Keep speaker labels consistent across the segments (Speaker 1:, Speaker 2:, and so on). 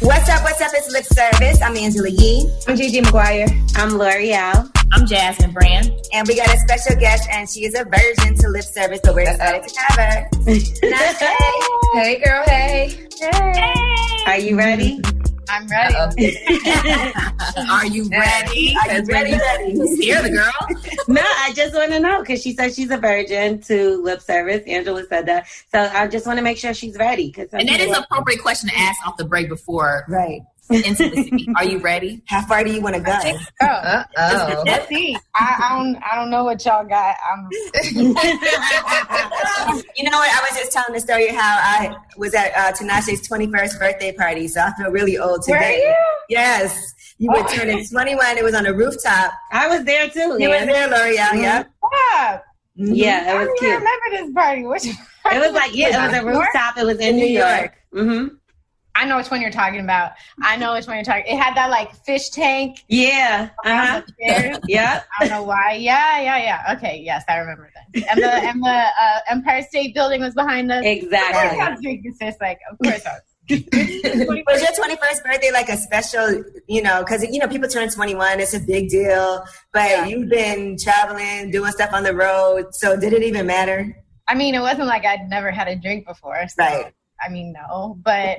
Speaker 1: What's up? What's up? It's Lip Service. I'm Angela Yee. I'm Gigi McGuire. I'm L'Oreal. I'm Jasmine Brand. And we got a special guest, and she is a virgin to Lip Service, but we're excited to have her. Namaste.
Speaker 2: Hey girl, hey.
Speaker 1: Are you ready?
Speaker 2: I'm ready.
Speaker 1: Are you ready? Are you ready? ready?
Speaker 2: Here the girl.
Speaker 3: No, I just want to know because she said she's a virgin to lip service. Angela said that, so I just want to make sure she's ready. Cause some
Speaker 2: And that is
Speaker 3: people-
Speaker 2: an appropriate question to ask off the break before
Speaker 1: Right.
Speaker 2: intimacy. Are you ready?
Speaker 1: How far do you want to go?
Speaker 4: Oh,
Speaker 2: Oh.
Speaker 4: let's see. I, I don't. I don't know what y'all got. I'm
Speaker 1: you know what? I was just telling the story how I was at uh, Tinashe's 21st birthday party, so I feel really old
Speaker 4: Were
Speaker 1: today.
Speaker 4: you?
Speaker 1: Yes. You were turning 21. It was on a rooftop.
Speaker 3: I was there too.
Speaker 1: Oh. You were
Speaker 3: Yeah,
Speaker 1: there, Mm-hmm. L'Oreal.
Speaker 3: Mhm.
Speaker 1: Yeah.
Speaker 4: yeah.
Speaker 3: yeah, it was
Speaker 4: I
Speaker 3: cute.
Speaker 4: don't remember this party. Which
Speaker 3: It was like yeah, it was a rooftop. It was in New York. Mm-hmm.
Speaker 4: I know which one you're talking about. I know which one you're talking. It had that like fish tank.
Speaker 3: Yeah. Uh huh.
Speaker 4: upstairs.
Speaker 3: Yeah.
Speaker 4: I don't know why. Yeah, yeah, yeah. Okay, yes, I remember that. And the and the uh, Empire State Building was behind us. Of course I
Speaker 3: Exactly.
Speaker 4: was drinking, sis. Like, of course. I
Speaker 1: Was your 21st birthday like a special, you know, because, you know, people turn 21, it's a big deal, but
Speaker 4: Yeah.
Speaker 1: you've been traveling, doing stuff on the road, so did it even matter?
Speaker 4: I mean, it wasn't like I'd never had a drink before. So,
Speaker 1: Right.
Speaker 4: I mean, no, but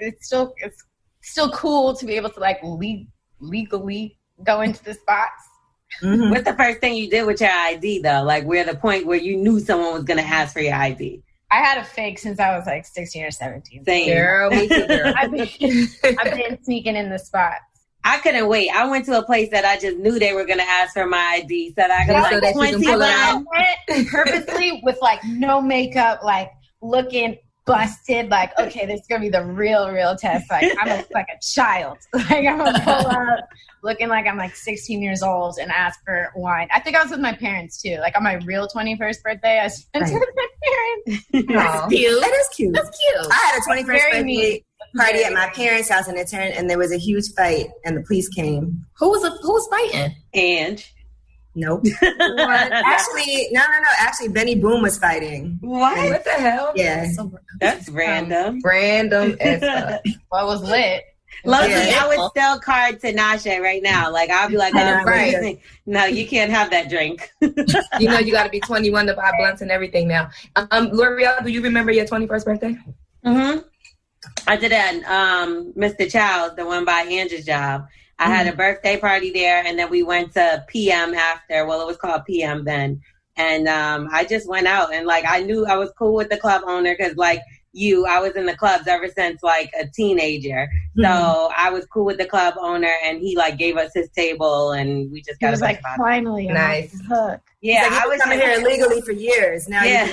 Speaker 4: it's still it's still cool to be able to like le- legally go into the spots.
Speaker 1: Mhm.
Speaker 3: What's the first thing you did with your ID though? Like, where the point where you knew someone was gonna ask for your ID?
Speaker 4: I had a fake since I was like 16 or 17.
Speaker 3: Same.
Speaker 2: Girl, me too, girl.
Speaker 4: I've been, I've been sneaking in the spots.
Speaker 3: I couldn't wait. I went to a place that I just knew they were gonna ask for my ID, so that I could
Speaker 4: Yeah,
Speaker 3: like
Speaker 2: so that you can pull it out.
Speaker 3: 21.
Speaker 4: I went purposely with like no makeup, like looking busted. Like, okay, this is gonna be the real, real test. Like, I'm a, like a child. Like, I'm gonna pull up looking like I'm like 16 years old and ask for wine. I think I was with my parents too. Like on my real 21st birthday, I spent it with my parents.
Speaker 2: Aw,
Speaker 1: Cute. That is cute.
Speaker 2: That's cute.
Speaker 1: I had a 21st
Speaker 4: Very
Speaker 1: birthday
Speaker 4: neat.
Speaker 1: party at my parents' house in it turned, and there was a huge fight, and the police came.
Speaker 2: Who was a, who was fighting?
Speaker 3: And
Speaker 1: Nope. actually, no, no, no. Actually, Benny Boom was fighting.
Speaker 3: what?
Speaker 2: What the hell?
Speaker 1: Yeah.
Speaker 3: That's
Speaker 2: Um,
Speaker 3: random.
Speaker 2: Random as fuck.
Speaker 4: Well, it was lit.
Speaker 3: Luckily,
Speaker 1: Yeah.
Speaker 3: I would sell card to Nasha right now. Like I'd be like,
Speaker 1: I know,
Speaker 2: Uh,
Speaker 3: oh,
Speaker 1: right.
Speaker 3: right. no, you can't have that drink.
Speaker 5: You know, you got to be 21 to buy blunts and everything now. Um, L'Oreal, do you remember your 21st birthday?
Speaker 3: hmm I did that. Um, Mr. Childs, the one by Andrew's job. I had
Speaker 1: Mm-hmm.
Speaker 3: a birthday party there, and then we went to PM after. Well, it was called PM then, and um, I just went out and like I knew I was cool with the club owner because like you, I was in the clubs ever since like a teenager. So
Speaker 1: Mm-hmm.
Speaker 3: I was cool with the club owner, and he like gave us his table, and we just
Speaker 4: It
Speaker 3: got
Speaker 4: was
Speaker 3: a
Speaker 4: like
Speaker 3: vibe about it.
Speaker 4: finally I'm off
Speaker 5: Nice.
Speaker 4: the hook.
Speaker 3: Yeah,
Speaker 1: He's like,
Speaker 3: I
Speaker 1: You've
Speaker 3: was
Speaker 1: been coming
Speaker 3: just-
Speaker 1: here illegally for years. Now
Speaker 3: Yeah,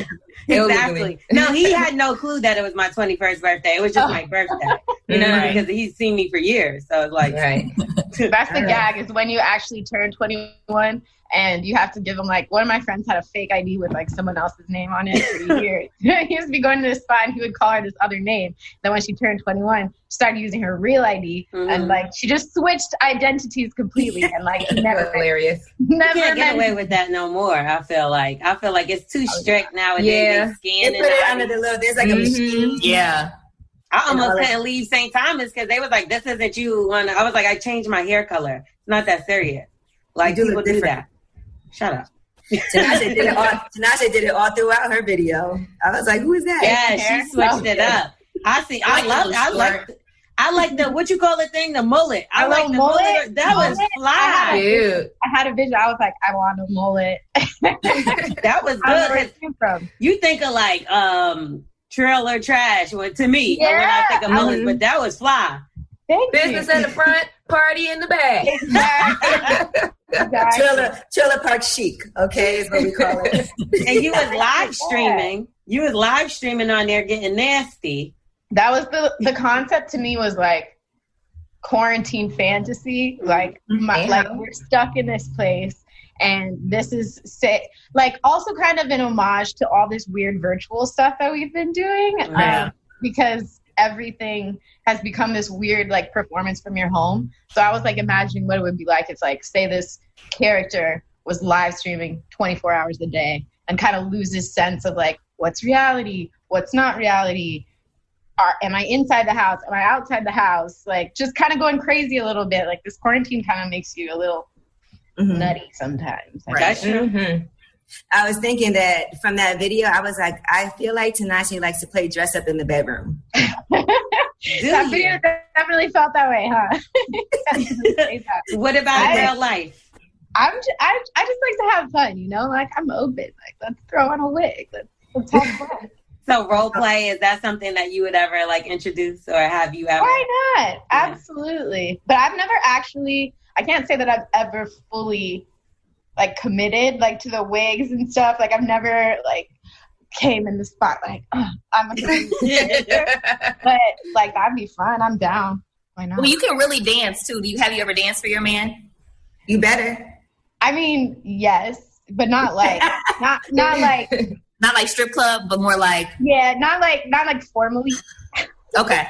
Speaker 1: you
Speaker 3: exactly.
Speaker 5: Illegally.
Speaker 3: No, he had no clue that it was my
Speaker 1: Oh.
Speaker 3: 21st birthday. It was just my birthday, you know,
Speaker 5: Right.
Speaker 3: because he's seen me for years. So it's like,
Speaker 5: Right.
Speaker 4: That's the gag is when you actually turn 21 and you have to give them like one of my friends had a fake ID with like someone else's name on it for years. he used to be going to this spot and he would call her this other name. Then when she turned 21, she started using her real ID
Speaker 3: Mhm.
Speaker 4: and like she just switched identities completely and like
Speaker 5: That's
Speaker 4: never
Speaker 5: hilarious.
Speaker 3: You
Speaker 4: never
Speaker 3: can't get
Speaker 4: met
Speaker 3: away with that no more. I feel like I feel like it's too strict nowadays.
Speaker 5: Yeah.
Speaker 3: They scan
Speaker 1: They put it under
Speaker 3: and
Speaker 1: the little. There's like a
Speaker 5: Mhm.
Speaker 1: machine.
Speaker 2: Yeah.
Speaker 3: I
Speaker 1: and all
Speaker 3: almost
Speaker 1: that.
Speaker 3: couldn't leave St. Thomas because they was like, "This isn't you." One, I was like, "I changed my hair color. It's not that serious." Like
Speaker 1: You do
Speaker 3: people
Speaker 1: look
Speaker 3: do that.
Speaker 1: different.
Speaker 3: Shut up.
Speaker 1: Tinashe did it all. Tinashe did it all throughout her video. I was like, who is that?
Speaker 3: Yeah, she
Speaker 4: hair?
Speaker 3: switched
Speaker 4: No.
Speaker 3: it up. I see. I
Speaker 2: Like
Speaker 3: love.
Speaker 2: those
Speaker 3: I like. the- I like the what you call the thing, the mullet. I
Speaker 4: A
Speaker 3: like
Speaker 4: little
Speaker 3: the mullet.
Speaker 4: mullet?
Speaker 3: That was
Speaker 4: Mullet?
Speaker 3: fly.
Speaker 5: Dude.
Speaker 4: I had a vision. I was like, I want a mullet. I
Speaker 3: That was
Speaker 4: don't know
Speaker 3: good.
Speaker 4: where
Speaker 3: 'cause
Speaker 4: it came from.
Speaker 3: You think of like um trailer trash when, to me when I
Speaker 4: Yeah,
Speaker 3: think of
Speaker 4: I
Speaker 3: mullets, but
Speaker 5: would-
Speaker 3: that was fly.
Speaker 4: Thank
Speaker 5: Business
Speaker 4: you.
Speaker 5: in the front, party in the back.
Speaker 4: Exactly.
Speaker 1: Trailer, trailer park chic, okay, is what we call it.
Speaker 3: and you was live
Speaker 4: Yeah.
Speaker 3: streaming. You was live streaming on there getting nasty.
Speaker 4: that was the the concept to me was like quarantine fantasy like my,
Speaker 5: Yeah.
Speaker 4: like we're stuck in this place and this is sick like also kind of an homage to all this weird virtual stuff that we've been doing um,
Speaker 3: Yeah.
Speaker 4: because everything has become this weird like performance from your home so i was like imagining what it would be like it's like say this character was live streaming 24 hours a day and kind of loses sense of like what's reality what's not reality are am i inside the house am i outside the house like just kind of going crazy a little bit like this quarantine kind of makes you a little
Speaker 1: Mhm.
Speaker 4: nutty sometimes I
Speaker 3: That's
Speaker 4: guess.
Speaker 3: true.
Speaker 5: Mhm.
Speaker 1: I was thinking that from that video, I was like, I feel like Tinashe likes to play dress up in the bedroom.
Speaker 3: Do
Speaker 4: that
Speaker 3: you?
Speaker 4: video that really felt that way huh
Speaker 3: What about
Speaker 4: Mm-hmm. I-
Speaker 3: real life?
Speaker 4: i'm just, I, I just like to have fun you know like i'm open like let's throw on a wig let's, let's have fun
Speaker 3: So role play is that something that you would ever like introduce or have you ever?
Speaker 4: Why not? Absolutely. But I've never actually I can't say that I've ever fully like committed like to the wigs and stuff. Like I've never like came in the spot like "Ugh, I'm a but like that'd be fun. I'm down. Why not?
Speaker 2: Well, you can really dance too. Do you have you ever danced for your man?
Speaker 1: You better.
Speaker 4: I mean, yes, but not like not not like
Speaker 2: Not like strip club, but more like
Speaker 4: yeah, not like not like formally.
Speaker 2: okay.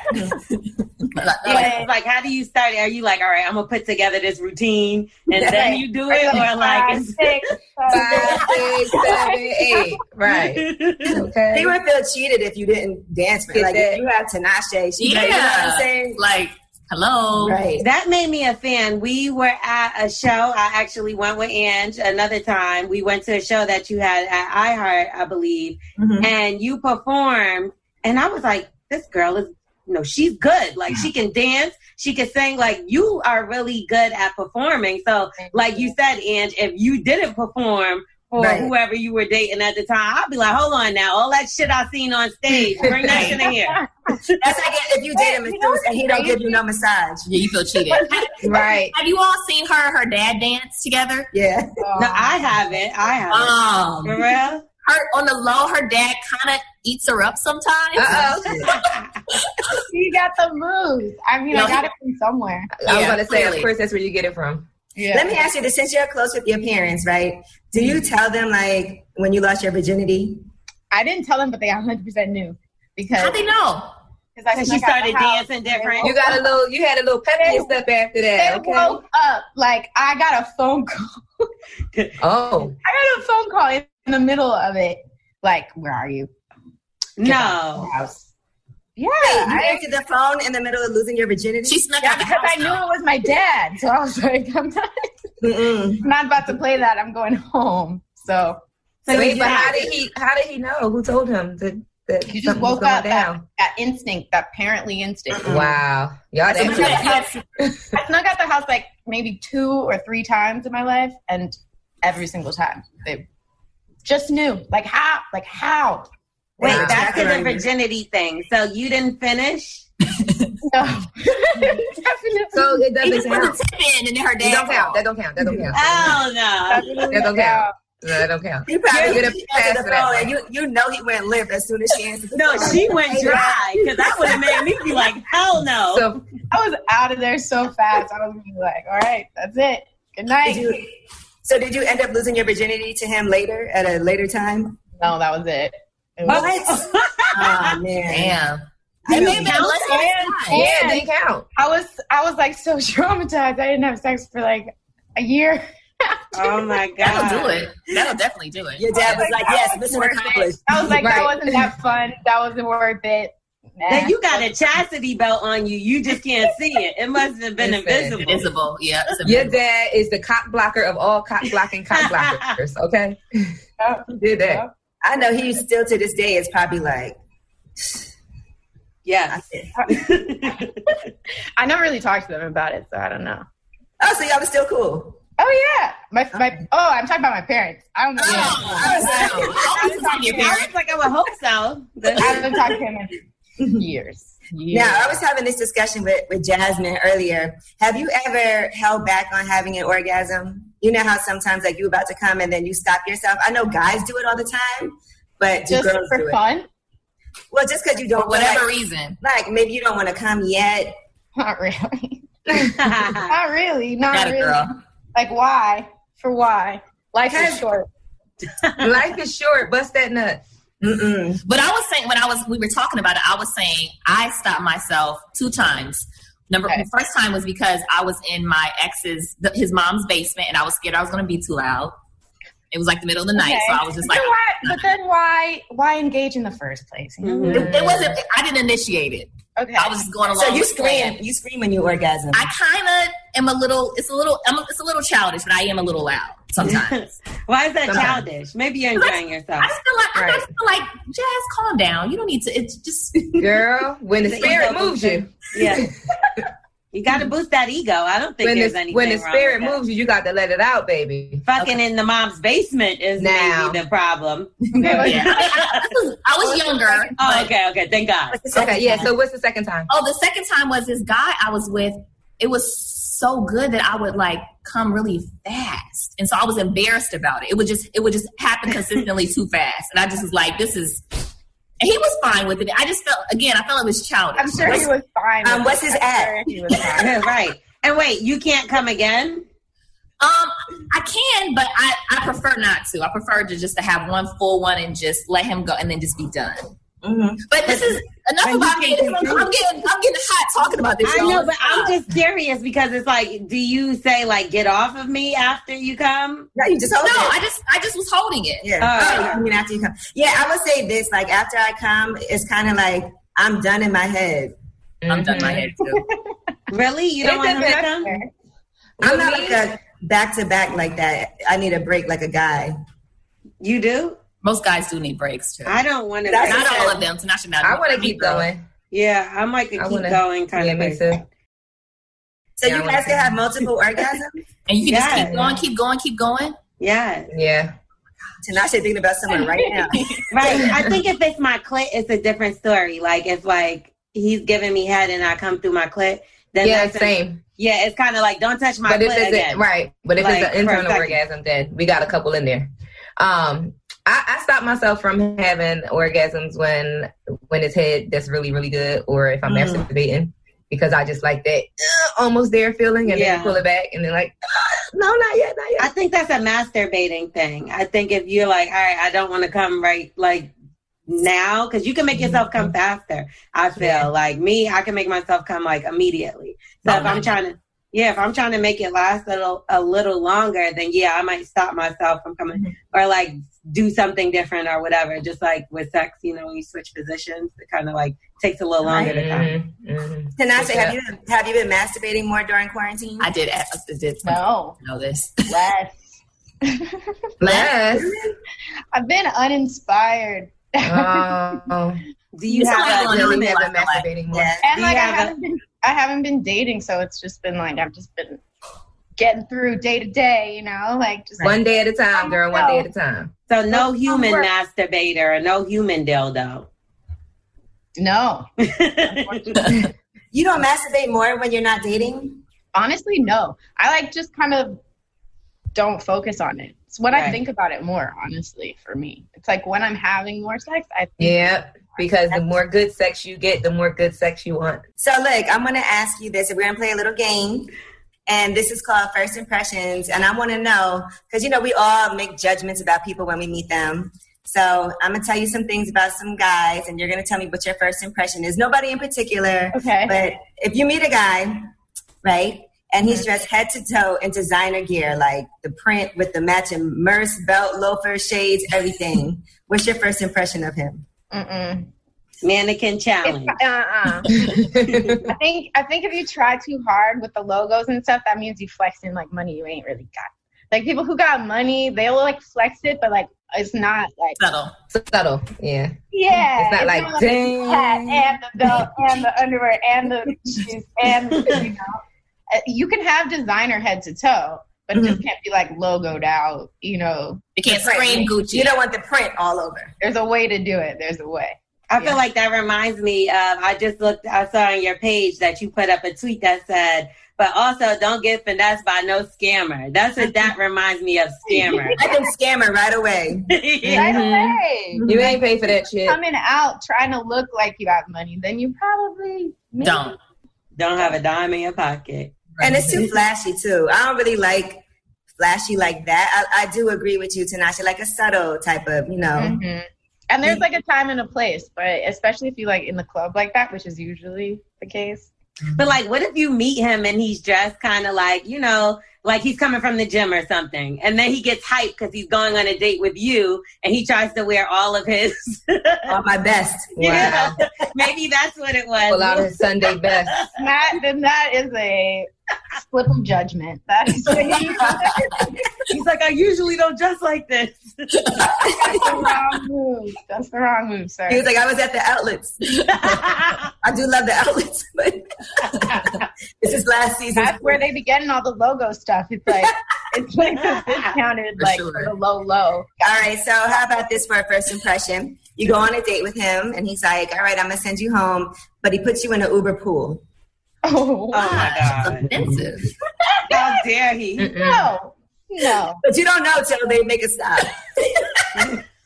Speaker 4: Yeah.
Speaker 3: Like, like, how do you start? it? Are you like, all right, I'm gonna put together this routine, and then
Speaker 4: Right.
Speaker 3: you do it, or like,
Speaker 4: Five,
Speaker 3: it's-
Speaker 4: six,
Speaker 5: Five, six, seven, eight. Right.
Speaker 1: They
Speaker 5: Okay.
Speaker 1: would feel cheated if you didn't dance. For it.
Speaker 5: Get
Speaker 1: Like if
Speaker 5: that.
Speaker 1: you have Tinashe, she, like, you know what
Speaker 2: Yeah.
Speaker 1: I'm saying?
Speaker 2: like hello.
Speaker 1: Right.
Speaker 3: That made me a fan. We were at a show. I actually went with Ange another time. We went to a show that you had at iHeart, I believe,
Speaker 1: Mhm.
Speaker 3: and you performed. And I was like, this girl is, no, she's good. Like, she can dance, she can sing. Like, you are really good at performing. So, like you said, Ange, if you didn't perform, for
Speaker 1: Right.
Speaker 3: whoever you were dating at the time, I'd be like, hold on now. All that shit I seen on stage, bring that shit in here.
Speaker 1: That's like if you date a
Speaker 4: Wait, you know
Speaker 1: masseuse and he don't give you no massage.
Speaker 2: Yeah, you feel cheated.
Speaker 5: Right.
Speaker 2: Have you all seen her and her dad dance together?
Speaker 1: Yeah.
Speaker 3: No, I haven't. I haven't.
Speaker 2: Um,
Speaker 3: For real?
Speaker 2: her on the low, her dad kind of eats her up sometimes.
Speaker 5: Uh oh.
Speaker 4: you got the moves. I mean,
Speaker 2: No,
Speaker 4: I got it from somewhere.
Speaker 5: I was
Speaker 2: Yeah,
Speaker 5: going to say,
Speaker 2: clearly.
Speaker 5: of course, that's where you get it from.
Speaker 4: Yeah.
Speaker 1: Let me ask you this: since you're close with your parents, right? Do you tell them like when you lost your virginity?
Speaker 4: I didn't tell them, but they 100% knew because
Speaker 2: How'd they know?
Speaker 4: cause I
Speaker 3: Because
Speaker 4: snuck
Speaker 3: you
Speaker 4: out the
Speaker 3: started
Speaker 4: house.
Speaker 3: dancing different.
Speaker 4: They
Speaker 5: You got a little, you had a little peppy step after
Speaker 4: They
Speaker 5: that. Okay.
Speaker 4: woke up like I got a phone call.
Speaker 5: Oh.
Speaker 4: I got a phone call in the middle of it. Like, where are you?
Speaker 3: No.
Speaker 4: House. Yeah,
Speaker 1: You
Speaker 4: I,
Speaker 1: answered the phone in the middle of losing your virginity.
Speaker 2: She snuck
Speaker 4: yeah,
Speaker 2: out the
Speaker 4: because
Speaker 2: house.
Speaker 4: I knew it was my dad. So I was like, I'm not,
Speaker 1: Mm-mm.
Speaker 4: I'm not about to play that. I'm going home. So
Speaker 3: So
Speaker 5: Wait,
Speaker 3: you
Speaker 5: but how
Speaker 3: got
Speaker 5: did he? How did he know? Who told him that? that
Speaker 4: you just
Speaker 5: something was
Speaker 4: woke
Speaker 5: going
Speaker 4: up that,
Speaker 5: Down?
Speaker 4: that instinct, that parently instinct.
Speaker 5: Wow, y'all
Speaker 2: So we
Speaker 5: that
Speaker 2: got a
Speaker 5: trippy.
Speaker 2: house.
Speaker 4: I snuck out the house like maybe two or three times in my life, and every single time they just knew. Like how? Like how?
Speaker 3: Wait,
Speaker 5: Wow.
Speaker 3: back to the
Speaker 1: Right.
Speaker 3: virginity thing. So you didn't finish?
Speaker 4: No, definitely.
Speaker 5: So it
Speaker 2: He just
Speaker 5: doesn't
Speaker 2: put
Speaker 5: count.
Speaker 2: the tip in, and then her
Speaker 5: It
Speaker 2: dad.
Speaker 5: don't count. That don't count. That don't count.
Speaker 3: Oh no.
Speaker 4: definitely
Speaker 5: That's okay.
Speaker 4: no.
Speaker 5: No, I don't count.
Speaker 1: He probably
Speaker 5: You're
Speaker 1: get
Speaker 5: the
Speaker 1: a pass
Speaker 5: best
Speaker 1: the
Speaker 5: at
Speaker 1: phone,
Speaker 5: that.
Speaker 1: and you you know he went limp as soon as she answered. the
Speaker 3: No,
Speaker 1: phone.
Speaker 3: she went dry because that would have made me be like, hell no.
Speaker 5: So
Speaker 4: I was out of there so fast. I was like, all right, that's it. Good night.
Speaker 1: Did you, so did you end up losing your virginity to him later at a later time?
Speaker 4: no, that was it. It
Speaker 1: Uh,
Speaker 4: was-
Speaker 1: What? oh man.
Speaker 5: damn.
Speaker 1: I
Speaker 5: It
Speaker 1: mean,
Speaker 5: didn't count. Yeah, it didn't count.
Speaker 4: I was I was like so traumatized. I didn't have sex for like a year.
Speaker 3: oh my
Speaker 2: That'll do
Speaker 3: god.
Speaker 2: it. That'll definitely do it.
Speaker 1: your dad was like, "Yes, mission
Speaker 4: Worth it.
Speaker 1: accomplished."
Speaker 4: I was like,
Speaker 5: Right.
Speaker 4: that wasn't that fun. That wasn't worth it. Nah.
Speaker 3: Then you got a chastity belt on you. You just can't see it. It must have been
Speaker 5: Listen,
Speaker 3: invisible.
Speaker 2: Invisible. Yeah. it's
Speaker 5: Your
Speaker 2: invisible.
Speaker 5: dad is the cock blocker of all cock blocking cock blockers. Okay,
Speaker 4: Yep.
Speaker 5: he did that.
Speaker 1: I know he still to this day is probably like,
Speaker 3: Yeah.
Speaker 4: I never really talked to them about it, so I don't know.
Speaker 1: "Oh, so y'all was still cool."
Speaker 4: Oh yeah, my my. Oh, I'm talking about my parents. I don't know.
Speaker 1: Oh.
Speaker 2: I was like, your
Speaker 3: I
Speaker 2: parents.
Speaker 3: was like, I would hope so.
Speaker 4: I haven't talked to him in years. years.
Speaker 1: Now, I was having this discussion with, with Jasmine earlier. Have you ever held back on having an orgasm? You know how sometimes like you about to come and then you stop yourself. I know guys do it all the time, but do
Speaker 4: just
Speaker 1: girls do
Speaker 4: for
Speaker 1: it?
Speaker 4: fun.
Speaker 1: Well, just because you don't
Speaker 2: For whatever
Speaker 1: like,
Speaker 2: reason.
Speaker 1: like maybe you don't want to come yet.
Speaker 4: Not really.
Speaker 3: That's
Speaker 4: Not really. Not
Speaker 2: Got a
Speaker 4: really.
Speaker 2: girl.
Speaker 4: Like why? For why? Life is short.
Speaker 5: Life is short. Bust that nut.
Speaker 1: Mm-mm.
Speaker 2: But I was saying when I was we were talking about it, I was saying I stopped myself two times. Number
Speaker 4: Okay.
Speaker 2: the first time was because I was in my ex's the, his mom's basement and I was scared I was going to be too loud. It was like the middle of the night, so
Speaker 4: Okay.
Speaker 2: I was just
Speaker 4: But
Speaker 2: like,
Speaker 4: then why? But then why? Why engage in the first place? You know?
Speaker 2: it, it wasn't. I didn't initiate it.
Speaker 4: Okay.
Speaker 2: I was just going along.
Speaker 1: So you
Speaker 2: with the plan.
Speaker 1: scream, you scream when you orgasm.
Speaker 2: I kind of am a little. It's a little. I'm a, it's a little childish, but I am a little loud sometimes.
Speaker 3: Why is that
Speaker 5: Sometimes.
Speaker 3: childish? Maybe you're enjoying yourself.
Speaker 2: I just feel like I
Speaker 5: Right.
Speaker 2: just feel like Jazz, calm down. You don't need to. It's just
Speaker 5: Girl, when the spirit moves you,
Speaker 3: Yeah. You got to boost that ego. I don't think
Speaker 5: when
Speaker 3: there's
Speaker 5: the,
Speaker 3: anything
Speaker 5: when the
Speaker 3: wrong
Speaker 5: spirit
Speaker 3: with that.
Speaker 5: moves you, you got to let it out, baby.
Speaker 3: Fucking in the mom's basement is
Speaker 5: Now.
Speaker 3: maybe the problem.
Speaker 4: Okay, but-
Speaker 2: yeah. I, was, I was younger.
Speaker 3: Oh,
Speaker 2: but-
Speaker 3: okay, okay. Thank God.
Speaker 1: What's the second
Speaker 5: Okay, yeah.
Speaker 1: time?
Speaker 5: So what's the second time?
Speaker 2: Oh, the second time was this guy I was with. It was so good that I would like come really fast, and so I was embarrassed about it. It would just it would just happen consistently too fast, and I just was like, "This is." And he was fine with it. I just felt again. I felt it was childish.
Speaker 4: I'm sure he was fine.
Speaker 1: Um, what's his
Speaker 4: I'm
Speaker 1: app?
Speaker 4: sure he was fine.
Speaker 3: right. And wait, you can't come again?
Speaker 2: Um, I can, but I, I prefer not to. I prefer to just to have one full one and just let him go and then just be done.
Speaker 1: Mhm.
Speaker 2: But this is enough
Speaker 3: But
Speaker 2: about
Speaker 3: you
Speaker 2: me.
Speaker 3: can't
Speaker 2: This is- I'm
Speaker 3: do-
Speaker 2: getting I'm getting hot talking about this.
Speaker 3: I
Speaker 2: y'all.
Speaker 3: know, but I'm
Speaker 2: Uh,
Speaker 3: just curious because it's like, do you say like get off of me after you come?
Speaker 1: No, you just
Speaker 2: no.
Speaker 1: hold it.
Speaker 2: I just I just was holding it.
Speaker 1: Yeah.
Speaker 3: Oh,
Speaker 1: Oh,
Speaker 3: yeah.
Speaker 1: you mean after you come? Yeah, I would say this. Like after I come, it's kind of like I'm done in my head.
Speaker 2: I'm done
Speaker 1: Mm-hmm.
Speaker 2: my head too.
Speaker 3: Really? You don't
Speaker 5: It
Speaker 3: want him to
Speaker 5: doesn't
Speaker 3: come?
Speaker 1: I'm
Speaker 5: With
Speaker 1: not
Speaker 5: me?
Speaker 1: like a back to back like that. I need a break like a guy.
Speaker 3: You do?
Speaker 2: Most guys do need breaks too.
Speaker 3: I don't want to.
Speaker 1: That's
Speaker 2: not all of them. Tanasha, not
Speaker 5: I want to keep going.
Speaker 3: Yeah, I'm like a
Speaker 5: I
Speaker 3: keep
Speaker 5: wanna-
Speaker 3: going kind
Speaker 5: Yeah,
Speaker 3: of
Speaker 5: me
Speaker 3: person.
Speaker 5: too.
Speaker 1: So
Speaker 5: Yeah, I
Speaker 1: you
Speaker 5: wanna
Speaker 1: guys can
Speaker 5: see.
Speaker 1: have multiple orgasms.
Speaker 2: And you can just
Speaker 3: Yes.
Speaker 2: keep going, keep going, keep going.
Speaker 3: Yeah,
Speaker 5: Yeah.
Speaker 1: Tanasha thinking about someone right now.
Speaker 3: right. I think if it's my clit, it's a different story. Like if like he's giving me head and I come through my clit, then
Speaker 5: Yeah,
Speaker 3: that's a-
Speaker 5: same.
Speaker 3: yeah, it's kind of like don't touch my
Speaker 5: But if
Speaker 3: clit
Speaker 5: it's
Speaker 3: again.
Speaker 5: a, right, but if
Speaker 3: Like,
Speaker 5: it's
Speaker 3: for a
Speaker 5: an internal
Speaker 3: second.
Speaker 5: orgasm, then we got a couple in there. Um, I, I stop myself from having orgasms when when it's head that's really really good, or if I'm
Speaker 1: Mm.
Speaker 5: masturbating because I just like that uh, almost there feeling, and
Speaker 3: Yeah.
Speaker 5: then pull it back, and then like ah, no, not yet, not
Speaker 3: I
Speaker 5: yet.
Speaker 3: think that's a masturbating thing. I think if you're like, all right, I don't want to come right like now, because you can make yourself come faster. I feel
Speaker 5: Mm-hmm. Yeah.
Speaker 3: like me, I can make myself come like immediately. So
Speaker 2: Oh,
Speaker 3: if I'm
Speaker 2: nice.
Speaker 3: trying to, yeah, if I'm trying to make it last a little, a little longer, then yeah, I might stop myself from coming
Speaker 5: Mm-hmm.
Speaker 3: or like do something different or whatever. Just like with sex, you know, when you switch positions, it kind of like takes a little longer to come.
Speaker 5: Mhm, mhm.
Speaker 1: Tanasha,
Speaker 5: Yeah.
Speaker 1: have you have you been masturbating more during quarantine?
Speaker 2: I did ask I did
Speaker 4: No,
Speaker 2: know this.
Speaker 4: less.
Speaker 5: Less.
Speaker 4: I've been uninspired.
Speaker 5: Oh,
Speaker 3: Do you
Speaker 2: It's
Speaker 5: I
Speaker 2: not
Speaker 3: have
Speaker 2: going
Speaker 3: a,
Speaker 2: on
Speaker 5: really
Speaker 2: in
Speaker 5: have
Speaker 2: my
Speaker 5: been masturbating more.
Speaker 1: Yeah.
Speaker 4: and
Speaker 3: Do
Speaker 4: like
Speaker 3: you
Speaker 4: I
Speaker 3: have a-
Speaker 4: haven't been, I haven't been dating, so it's just been like I've just been getting through day to day, you know, like just
Speaker 5: One day at a time, girl. One day at a time.
Speaker 3: so no human
Speaker 4: work.
Speaker 3: masturbator or no human dildo?
Speaker 4: no,
Speaker 1: You don't masturbate more when you're not dating.
Speaker 4: honestly, no. I like just kind of don't focus on it. It's when I
Speaker 3: Right.
Speaker 4: think about it more, honestly, for me. It's like when I'm having more sex, I think
Speaker 5: Yeah, because the more good sex you get, the more good sex you want.
Speaker 1: So, look, I'm going to ask you this. We're going to play a little game. And this is called First Impressions. And I want to know, because, you know, we all make judgments about people when we meet them. So, I'm going to tell you some things about some guys, and you're going to tell me what your first impression is. Nobody in particular.
Speaker 4: Okay.
Speaker 1: But if you meet a guy, right, and he's dressed head to toe in designer gear, like the print with the matching merce belt, loafer, shades, everything, what's your first impression of him?
Speaker 4: Mm-mm.
Speaker 3: Mannequin challenge.
Speaker 4: It's, uh-uh. I think I think if you try too hard with the logos and stuff, that means you flexing like money you ain't really got. Like people who got money, they'll like flex it, but like it's not like
Speaker 2: Subtle.
Speaker 5: Subtle, yeah.
Speaker 4: yeah,
Speaker 5: It's not like,
Speaker 4: the hat
Speaker 5: "Dang."
Speaker 4: and the belt and the underwear and the shoes and you know, Mm-hmm. Uh, you can have designer head to toe, but it just can't be like logoed out. You know,
Speaker 2: It can't
Speaker 1: Right.
Speaker 2: scream Gucci.
Speaker 1: You don't want the print all over.
Speaker 4: there's a way to do it. There's a way.
Speaker 3: I feel like that reminds me of I just looked I saw on your page that you put up a tweet that said, but also don't get finessed by no scammer. That's what that reminds me of scammer.
Speaker 1: I think scammer right away.
Speaker 4: Right
Speaker 5: Mhm.
Speaker 4: away.
Speaker 5: You ain't pay for that shit.
Speaker 4: Coming out trying to look like you have money, then you probably maybe-
Speaker 2: Don't.
Speaker 3: don't have a dime in your pocket.
Speaker 1: And it's too flashy too. I don't really like flashy like that. I, I do agree with you, Tanasha, like a subtle type of, you know.
Speaker 4: Mhm. And there's like a time and a place, but especially if you like in the club like that, which is usually the case.
Speaker 3: But like what if you meet him and he's dressed kind of like, you know, like he's coming from the gym or something. And then he gets hyped because he's going on a date with you and he tries to wear all of his
Speaker 1: All my best.
Speaker 5: Wow.
Speaker 3: maybe that's what it was.
Speaker 5: Pull out his Sunday best.
Speaker 4: That then that is a slip of judgment. That is a
Speaker 3: He's like, I usually don't dress like this.
Speaker 4: wrong move. That's the wrong move, sir.
Speaker 1: He was like, I was at the outlets. I do love the outlets, but this is last season.
Speaker 4: That's where they be getting all the logo stuff. It's like it's like the discounted
Speaker 2: For
Speaker 4: like
Speaker 2: sure.
Speaker 4: for the low low.
Speaker 1: All right, so how about this for a first impression? You go on a date with him, and he's like, All right, I'm gonna send you home, but he puts you in an Uber pool.
Speaker 4: Oh
Speaker 3: Oh my god.
Speaker 2: Offensive.
Speaker 3: How dare he?
Speaker 5: Mm-mm.
Speaker 4: no. No.
Speaker 1: But you don't know till they make a stop.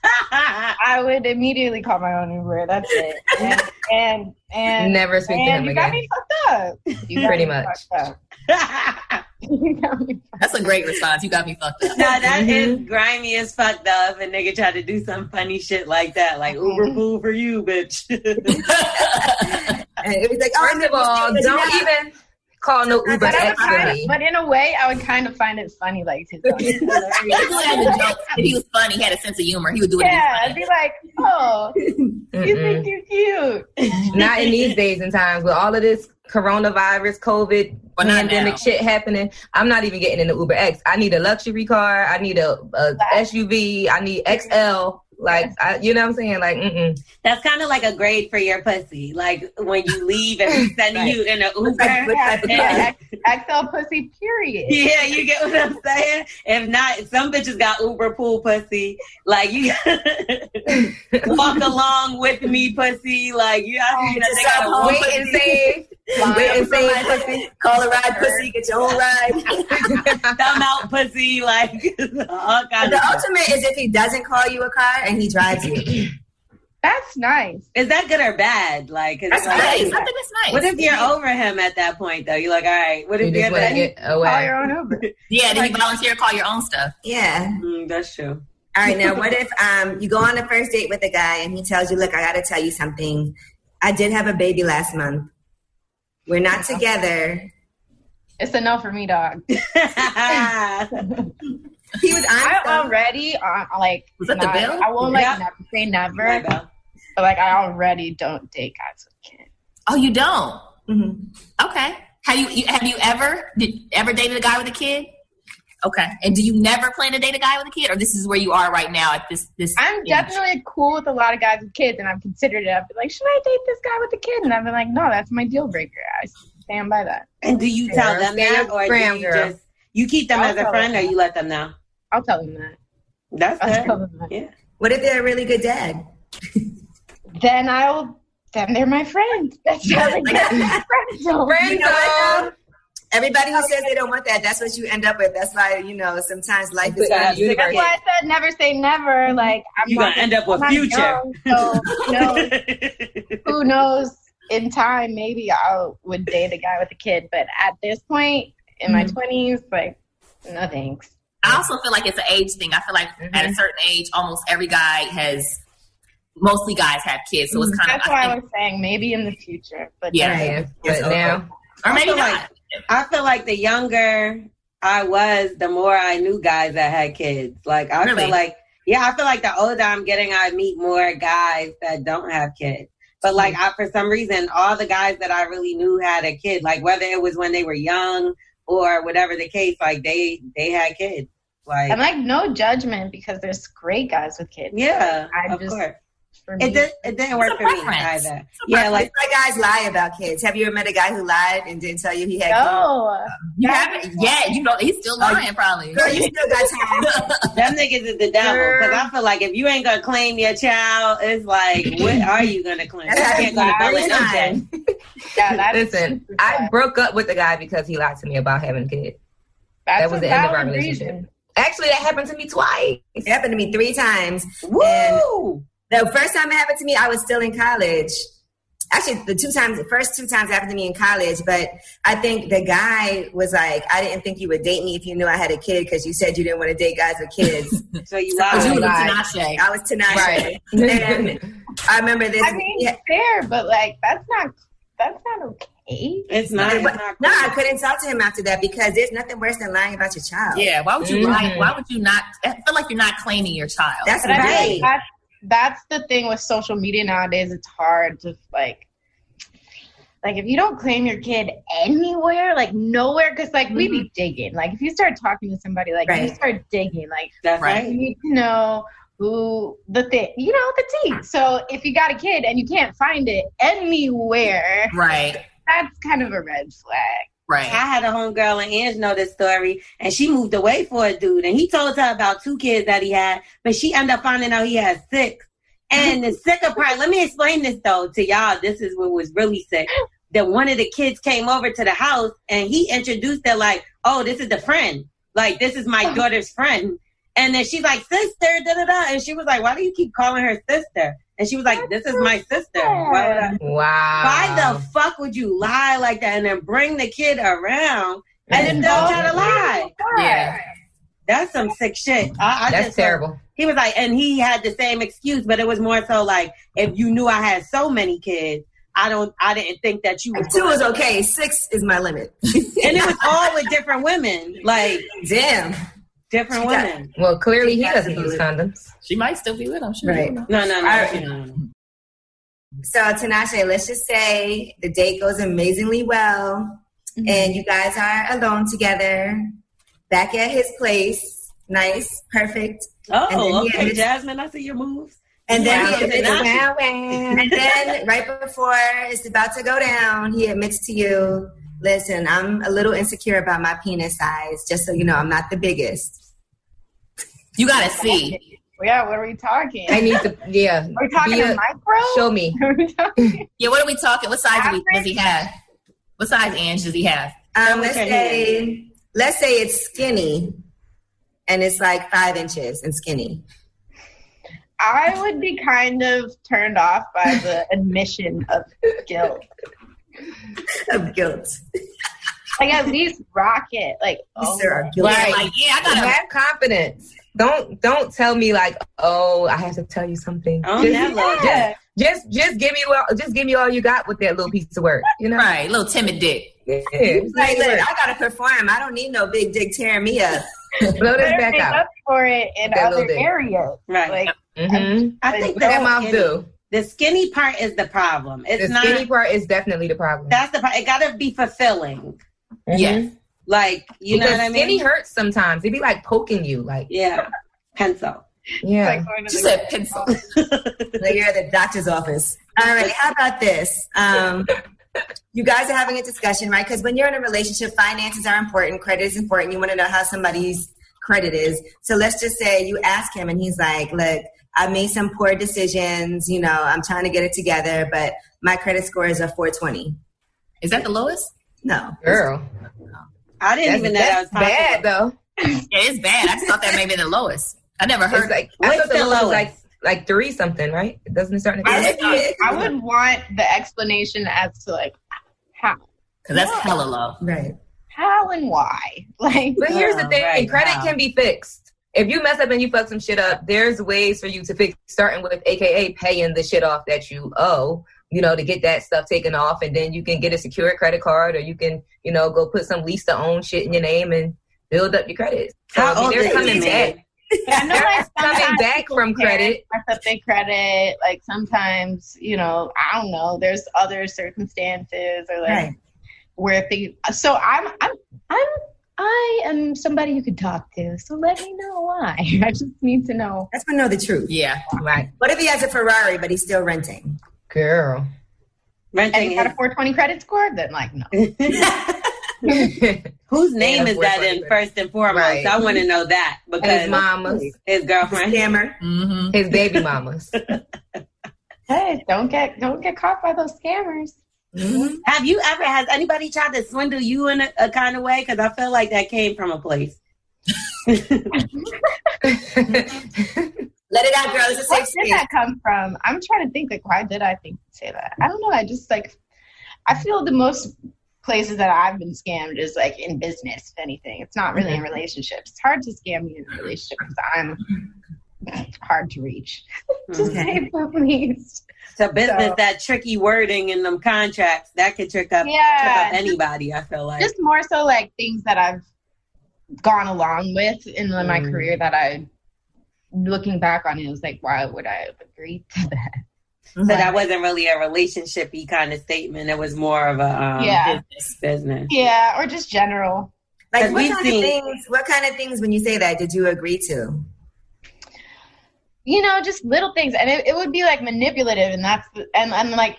Speaker 4: I would immediately call my own Uber. That's it. And and, and
Speaker 5: Never speak to
Speaker 4: And
Speaker 5: him
Speaker 4: you got
Speaker 5: again.
Speaker 4: me fucked up. You got
Speaker 5: Pretty
Speaker 4: me
Speaker 5: much.
Speaker 4: fucked up. You got me-
Speaker 2: That's a great response. You got me fucked up.
Speaker 3: No, that is
Speaker 5: Mhm.
Speaker 3: grimy as fuck though. If a nigga tried to do some funny shit like that, like Uber pool for you, bitch.
Speaker 1: And it was like, Oh, I'm
Speaker 5: First of
Speaker 1: gonna
Speaker 5: all,
Speaker 1: see you
Speaker 5: don't
Speaker 1: now."
Speaker 5: even call no Uber
Speaker 4: But, I would kind
Speaker 5: actually.
Speaker 4: of, but in a way, I would kind of find it funny, like to
Speaker 2: He would have a joke. If he was funny, he had a sense of humor, he would do it.
Speaker 4: yeah, I'd
Speaker 2: Yeah,
Speaker 4: be like, oh, you
Speaker 5: Mm-mm.
Speaker 4: think you're cute.
Speaker 5: Not in these days and times with all of this coronavirus, COVID,
Speaker 2: Well, not
Speaker 5: pandemic
Speaker 2: now.
Speaker 5: shit happening. I'm not even getting in an Uber X. I need a luxury car. I need a, a SUV. I need XL. Like, I, you know what I'm saying? Like, mm-mm.
Speaker 3: That's kind of like a grade for your pussy. Like when you leave and we send you in a Uber.
Speaker 1: Like, what type of guy?
Speaker 4: Yeah, X- XL pussy, period.
Speaker 3: Yeah, you get what I'm saying. If not, some bitches got Uber pool pussy. Like you walk along with me, pussy. Like you, I mean, they
Speaker 1: Just
Speaker 3: gotta
Speaker 1: go home.
Speaker 5: wait and save. wait and save, pussy.
Speaker 1: Call a ride, pussy. Get your own ride.
Speaker 3: thumb out pussy, like all
Speaker 1: But
Speaker 3: kinds of
Speaker 1: the
Speaker 3: stuff.
Speaker 1: ultimate is if he doesn't call you a car and he drives you.
Speaker 4: That's nice.
Speaker 3: Is that good or bad? Like, 'cause,
Speaker 1: That's
Speaker 3: like,
Speaker 1: nice.
Speaker 2: I think it's nice.
Speaker 3: what if you're over him at that point though? You're like, all right, what
Speaker 5: You
Speaker 3: if
Speaker 5: just
Speaker 3: you're
Speaker 5: want to
Speaker 3: that?
Speaker 5: get
Speaker 4: Call
Speaker 5: away.
Speaker 4: your own Uber.
Speaker 2: yeah, then you volunteer, call your own stuff.
Speaker 1: Yeah.
Speaker 3: Mm, that's true.
Speaker 1: All right. Now, what if um, you go on a first date with a guy and he tells you, "Look, I got to tell you something. I did have a baby last month. We're not together."
Speaker 4: It's a no for me, dog.
Speaker 1: He was
Speaker 4: I
Speaker 1: honest. though.
Speaker 4: already uh, like
Speaker 2: Was that the
Speaker 4: not-
Speaker 2: bill?
Speaker 4: I won't like
Speaker 3: Yeah.
Speaker 4: never say never,
Speaker 3: Right, Belle?
Speaker 4: but like I already don't date guys with kids.
Speaker 2: Oh, you don't.
Speaker 1: Mhm.
Speaker 2: Okay. Have you, you have you ever did ever dated a guy with a kid? Okay. And do you never plan to date a guy with a kid, or this is where you are right now at this this?
Speaker 4: I'm
Speaker 2: age?
Speaker 4: definitely cool with a lot of guys with kids, and I've considered it. I've been like, should I date this guy with a kid? And I've been like, no, that's my deal breaker. I stand by that.
Speaker 3: And do you tell
Speaker 5: Girl,
Speaker 3: them
Speaker 5: stand
Speaker 3: that,
Speaker 5: your
Speaker 3: or do
Speaker 5: ground,
Speaker 3: you
Speaker 5: girl.
Speaker 3: just you keep them
Speaker 4: I'll
Speaker 3: as a
Speaker 4: tell
Speaker 3: friend, or
Speaker 4: them.
Speaker 3: you let them know?
Speaker 4: I'll tell them that.
Speaker 3: That's
Speaker 4: I'll tell
Speaker 3: good.
Speaker 4: them that.
Speaker 3: Yeah.
Speaker 1: What if they're a really good dad?
Speaker 4: Then I'll. Then they're my friend. That's how they get friend zone.
Speaker 5: Friend
Speaker 1: You know what,
Speaker 5: zone.
Speaker 1: Everybody who says they don't want that, that's what you end up with. That's why, you know, sometimes life is
Speaker 5: It's out of the
Speaker 4: That's why
Speaker 5: universe.
Speaker 4: I said never say never. Like I'm
Speaker 3: You
Speaker 4: not
Speaker 3: gonna end up with
Speaker 4: I'm not
Speaker 3: future.
Speaker 4: young, so no, who knows? In time, maybe I would date a guy with a kid, but at this point in my
Speaker 5: Mhm.
Speaker 4: twenties, like no thanks.
Speaker 2: I also feel like it's an age thing. I feel like
Speaker 5: Mhm.
Speaker 2: at a certain age, almost every guy has, mostly guys have kids. So it's kind of,
Speaker 4: That's why I was saying maybe in the future, but
Speaker 2: Uh, Yeah.
Speaker 5: Right.
Speaker 1: Yes,
Speaker 5: But
Speaker 1: okay.
Speaker 5: now,
Speaker 2: or maybe
Speaker 3: I feel
Speaker 2: not.
Speaker 3: like I feel like the younger I was, the more I knew guys that had kids. Like I
Speaker 2: Really?
Speaker 3: feel like yeah, I feel like the older I'm getting, I meet more guys that don't have kids. But like I, for some reason, all the guys that I really knew had a kid. Like whether it was when they were young or whatever the case, like they they had kids. Like
Speaker 4: And like no judgment because there's great guys with kids.
Speaker 3: yeah,
Speaker 4: I
Speaker 3: of
Speaker 4: just-
Speaker 3: course.
Speaker 4: For me,
Speaker 3: It did, it didn't work
Speaker 2: a
Speaker 3: for me
Speaker 2: preference.
Speaker 3: either. Yeah, like
Speaker 1: It's like guys lie about kids. Have you ever met a guy who lied and didn't tell you he had
Speaker 4: no.
Speaker 2: You haven't yet. You know, he's still lying, probably.
Speaker 1: kids? Girl, you still got time.
Speaker 3: Them niggas is the devil. Because I feel like if you ain't gonna claim your child, it's like, what are you gonna claim? You can't go to college
Speaker 1: Every
Speaker 3: with that.
Speaker 1: time.
Speaker 4: Yeah, that's,
Speaker 5: listen, I broke up with the guy because he lied to me about having a kid.
Speaker 4: that's
Speaker 5: that was
Speaker 4: a
Speaker 5: the end of our
Speaker 4: valid
Speaker 5: relationship.
Speaker 4: reason.
Speaker 5: Actually, that happened to me twice.
Speaker 1: It happened to me three times.
Speaker 3: Woo!
Speaker 1: The first time it happened to me, I was still in college. Actually, the two times, the first two times happened to me in college, but I think the guy was like, I didn't think you would date me if you knew I had a kid because you said you didn't want to date guys with kids.
Speaker 3: So you
Speaker 2: Because you
Speaker 3: lied.
Speaker 2: was a
Speaker 5: Right.
Speaker 2: Tinashe.
Speaker 1: I was Tinashe.
Speaker 5: Right.
Speaker 1: And- I remember this.
Speaker 4: I mean,
Speaker 1: yeah.
Speaker 4: fair, but like that's not that's not okay.
Speaker 3: It's not. It's not
Speaker 1: no, I
Speaker 3: cool.
Speaker 1: couldn't talk to him after that because there's nothing worse than lying about your child.
Speaker 2: Yeah, why would you lie?
Speaker 5: Mhm.
Speaker 2: Why would you not? I feel like you're not claiming your child.
Speaker 1: That's
Speaker 4: But I feel like
Speaker 1: right.
Speaker 4: that's, that's the thing with social media nowadays. It's hard to like, like if you don't claim your kid anywhere, like nowhere, because like we be digging. Like if you start talking to somebody, like you
Speaker 1: Right.
Speaker 4: start digging. Like
Speaker 3: That's
Speaker 2: Right.
Speaker 4: you
Speaker 3: right.
Speaker 4: need to know who the thing, you know, the tea. So if you got a kid and you can't find it anywhere,
Speaker 2: right,
Speaker 4: that's kind of a red flag.
Speaker 3: I
Speaker 2: right.
Speaker 3: had a homegirl and Ange know this story, and she moved away for a dude, and he told her about two kids that he had, but she ended up finding out he had six. And the sicker part, let me explain this though to y'all. This is what was really sick. That one of the kids came over to the house and he introduced her like, "Oh, this is the friend. Like, this is my daughter's friend." And then she's like, "Sister, da da da," and she was like, "Why do you keep calling her sister?" And she was like, "This is my sister." Why would I- why
Speaker 5: Wow.
Speaker 3: the fuck would you lie like that and then bring the kid around and then
Speaker 4: No.
Speaker 3: don't try to lie?
Speaker 2: Yeah.
Speaker 3: That's some sick shit. I, I
Speaker 5: That's
Speaker 3: just felt-
Speaker 5: terrible.
Speaker 3: He was like, and he had the same excuse, but it was more so like, if you knew I had so many kids, I don't, I didn't think that you.
Speaker 1: Two
Speaker 3: Was
Speaker 1: is okay. Six is my limit.
Speaker 3: and it was all with different women, like
Speaker 1: Damn.
Speaker 3: different
Speaker 1: Yeah.
Speaker 3: women.
Speaker 5: Well, clearly he doesn't use condoms.
Speaker 2: She might still be with him. She
Speaker 1: Right.
Speaker 2: don't know.
Speaker 3: No, no, no.
Speaker 1: Alright.
Speaker 3: you know.
Speaker 1: So, Tinashe, let's just say the date goes amazingly well,
Speaker 3: Mm-hmm.
Speaker 1: and you guys are alone together, back at his place. Nice, perfect. And then
Speaker 3: Oh,
Speaker 1: he
Speaker 3: okay,
Speaker 1: admits-
Speaker 3: Jasmine. I see your moves.
Speaker 1: And then he
Speaker 3: Wow,
Speaker 1: admits,
Speaker 3: Tinashe.
Speaker 1: and then right before it's about to go down, he admits to you, "Listen, I'm a little insecure about my penis size. Just so you know, I'm not the biggest."
Speaker 2: You gotta see.
Speaker 4: Yeah, what are we talking?
Speaker 5: I need to, yeah.
Speaker 4: Are we talking
Speaker 5: Be a-
Speaker 4: a micro?
Speaker 5: Show me.
Speaker 4: Are we talking-
Speaker 2: Yeah, what are we talking? What size do we, does he have? What size Ange does he have?
Speaker 1: Um,
Speaker 3: we
Speaker 1: let's
Speaker 3: can
Speaker 1: say, let's say it's skinny, and it's like five inches and skinny.
Speaker 4: I would be kind of turned off by the admission of guilt.
Speaker 1: Of guilt.
Speaker 4: Like at least rock it. Like
Speaker 1: Oh,
Speaker 4: oh,
Speaker 2: Yeah, like yeah, I gotta.
Speaker 5: Have confidence. Don't don't tell me like, oh, I have to tell you something.
Speaker 3: Oh,
Speaker 5: just,
Speaker 3: that little-
Speaker 4: yeah.
Speaker 5: just just give me all, just give me all you got with that little piece of work. You know,
Speaker 2: Right, little timid dick.
Speaker 5: Yeah, just make
Speaker 1: Like,
Speaker 5: it
Speaker 1: look,
Speaker 5: work.
Speaker 1: I gotta perform. I don't need no big dick tearing me up.
Speaker 5: blow this
Speaker 4: Better
Speaker 5: back
Speaker 4: make
Speaker 5: out.
Speaker 4: up for it in
Speaker 5: That little
Speaker 4: other
Speaker 5: dick.
Speaker 4: areas.
Speaker 3: Right.
Speaker 4: Like
Speaker 5: Mm-hmm.
Speaker 3: I think
Speaker 5: What
Speaker 3: the
Speaker 5: that
Speaker 3: whole
Speaker 5: mouth
Speaker 3: skinny-
Speaker 5: do?
Speaker 3: The skinny part is the problem. It's
Speaker 5: the
Speaker 3: not.
Speaker 5: skinny part is definitely the problem. Mm-hmm.
Speaker 3: That's the part. It gotta be fulfilling.
Speaker 2: Yes.
Speaker 3: Like you
Speaker 5: because
Speaker 3: know what I mean?
Speaker 5: skinny hurts sometimes. It be like poking you, like
Speaker 3: yeah, pencil.
Speaker 5: yeah.
Speaker 4: like going to
Speaker 2: She
Speaker 4: the-
Speaker 2: said pencil.
Speaker 1: Like you're at the doctor's office. All right, how about this? Um, you guys are having a discussion, right? Because when you're in a relationship, finances are important, credit is important. You want to know how somebody's credit is. So let's just say you ask him, and he's like, "Look, I made some poor decisions. You know, I'm trying to get it together, but my credit score is a 420."
Speaker 2: Is that the lowest?
Speaker 1: No.
Speaker 5: Girl,
Speaker 3: I didn't
Speaker 5: that's,
Speaker 3: even know that was
Speaker 5: that's bad
Speaker 3: possible.
Speaker 5: though.
Speaker 2: Yeah, it's bad. I just thought that may be the lowest. I never
Speaker 5: It's
Speaker 2: heard that.
Speaker 5: like I
Speaker 3: What's
Speaker 5: thought the
Speaker 3: the
Speaker 5: lowest was
Speaker 3: lowest?
Speaker 5: like like three something, right? It doesn't start.
Speaker 4: I
Speaker 5: at
Speaker 4: would, I would want the explanation as to like how,
Speaker 2: because that's hella low.
Speaker 5: right.
Speaker 4: how and why. Like, oh
Speaker 5: But here's the
Speaker 3: Yeah,
Speaker 5: thing:
Speaker 3: right,
Speaker 5: credit
Speaker 3: wow.
Speaker 5: can be fixed. If you mess up and you fuck some shit up, there's ways for you to fix. Starting with, aka, paying the shit off that you owe. You know, to get that stuff taken off, and then you can get a secured credit card, or you can, you know, go put some lease to own shit in your name and build up your credit. So, I
Speaker 3: How
Speaker 5: mean,
Speaker 3: old
Speaker 5: they're
Speaker 3: is
Speaker 5: coming
Speaker 3: this
Speaker 5: back.
Speaker 3: man?
Speaker 4: But I know like
Speaker 5: Coming
Speaker 4: sometimes
Speaker 5: back
Speaker 4: people
Speaker 5: from
Speaker 4: parents
Speaker 5: credit.
Speaker 4: mess up their credit. Like sometimes, you know, I don't know. There's other circumstances or like
Speaker 1: Right.
Speaker 4: where things. So I'm, I'm, I'm, I am somebody you could talk to. So let me know why. I just need to know.
Speaker 1: Let's know the truth.
Speaker 2: Yeah,
Speaker 5: Right,
Speaker 1: What if he has a Ferrari but he's still renting?
Speaker 5: girl.
Speaker 4: And
Speaker 3: Renting
Speaker 4: you got a
Speaker 3: is-
Speaker 4: 420 credit score? Then like no.
Speaker 3: Whose name
Speaker 5: Yeah,
Speaker 3: is that in
Speaker 5: boyfriend.
Speaker 3: first and foremost?
Speaker 5: Right.
Speaker 3: I want to know that because
Speaker 5: his mamas,
Speaker 3: his girlfriend.
Speaker 1: Scammer.
Speaker 2: mm-hmm.
Speaker 5: his baby mamas.
Speaker 4: Hey, don't get don't get caught by those scammers.
Speaker 3: Have you ever has anybody tried to swindle you in a, a kind of way? Because I feel like that came from a place.
Speaker 1: Let it out, girl. It's a
Speaker 4: Where
Speaker 1: safe
Speaker 4: did
Speaker 1: space.
Speaker 4: that come from? I'm trying to think like why did I think say that? I don't know. I just like I feel the most places that I've been scammed is like in business, if anything. It's not really in
Speaker 1: Mm-hmm.
Speaker 4: relationships. It's hard to scam me in a relationship because I'm
Speaker 1: Mm-hmm.
Speaker 4: hard to reach. Just
Speaker 3: Mhm.
Speaker 4: say please.
Speaker 3: It's a business
Speaker 4: So-
Speaker 3: that tricky wording in them contracts that could trick up,
Speaker 4: Yeah,
Speaker 3: trick up anybody. I feel like
Speaker 4: Just more so like things that I've gone along with in my
Speaker 5: Mm.
Speaker 4: career that I looking back on it was like why would I have agreed to that?
Speaker 3: so that wasn't really a relationshipy kind of statement. It was more of a um,
Speaker 4: Yeah.
Speaker 3: business. business.
Speaker 4: Yeah, or just general.
Speaker 1: Like what
Speaker 3: we've
Speaker 1: kind
Speaker 3: seen-
Speaker 1: of things? What kind of things when you say that did you agree to?
Speaker 4: you know just little things and it, it would be like manipulative and that's the- and, and like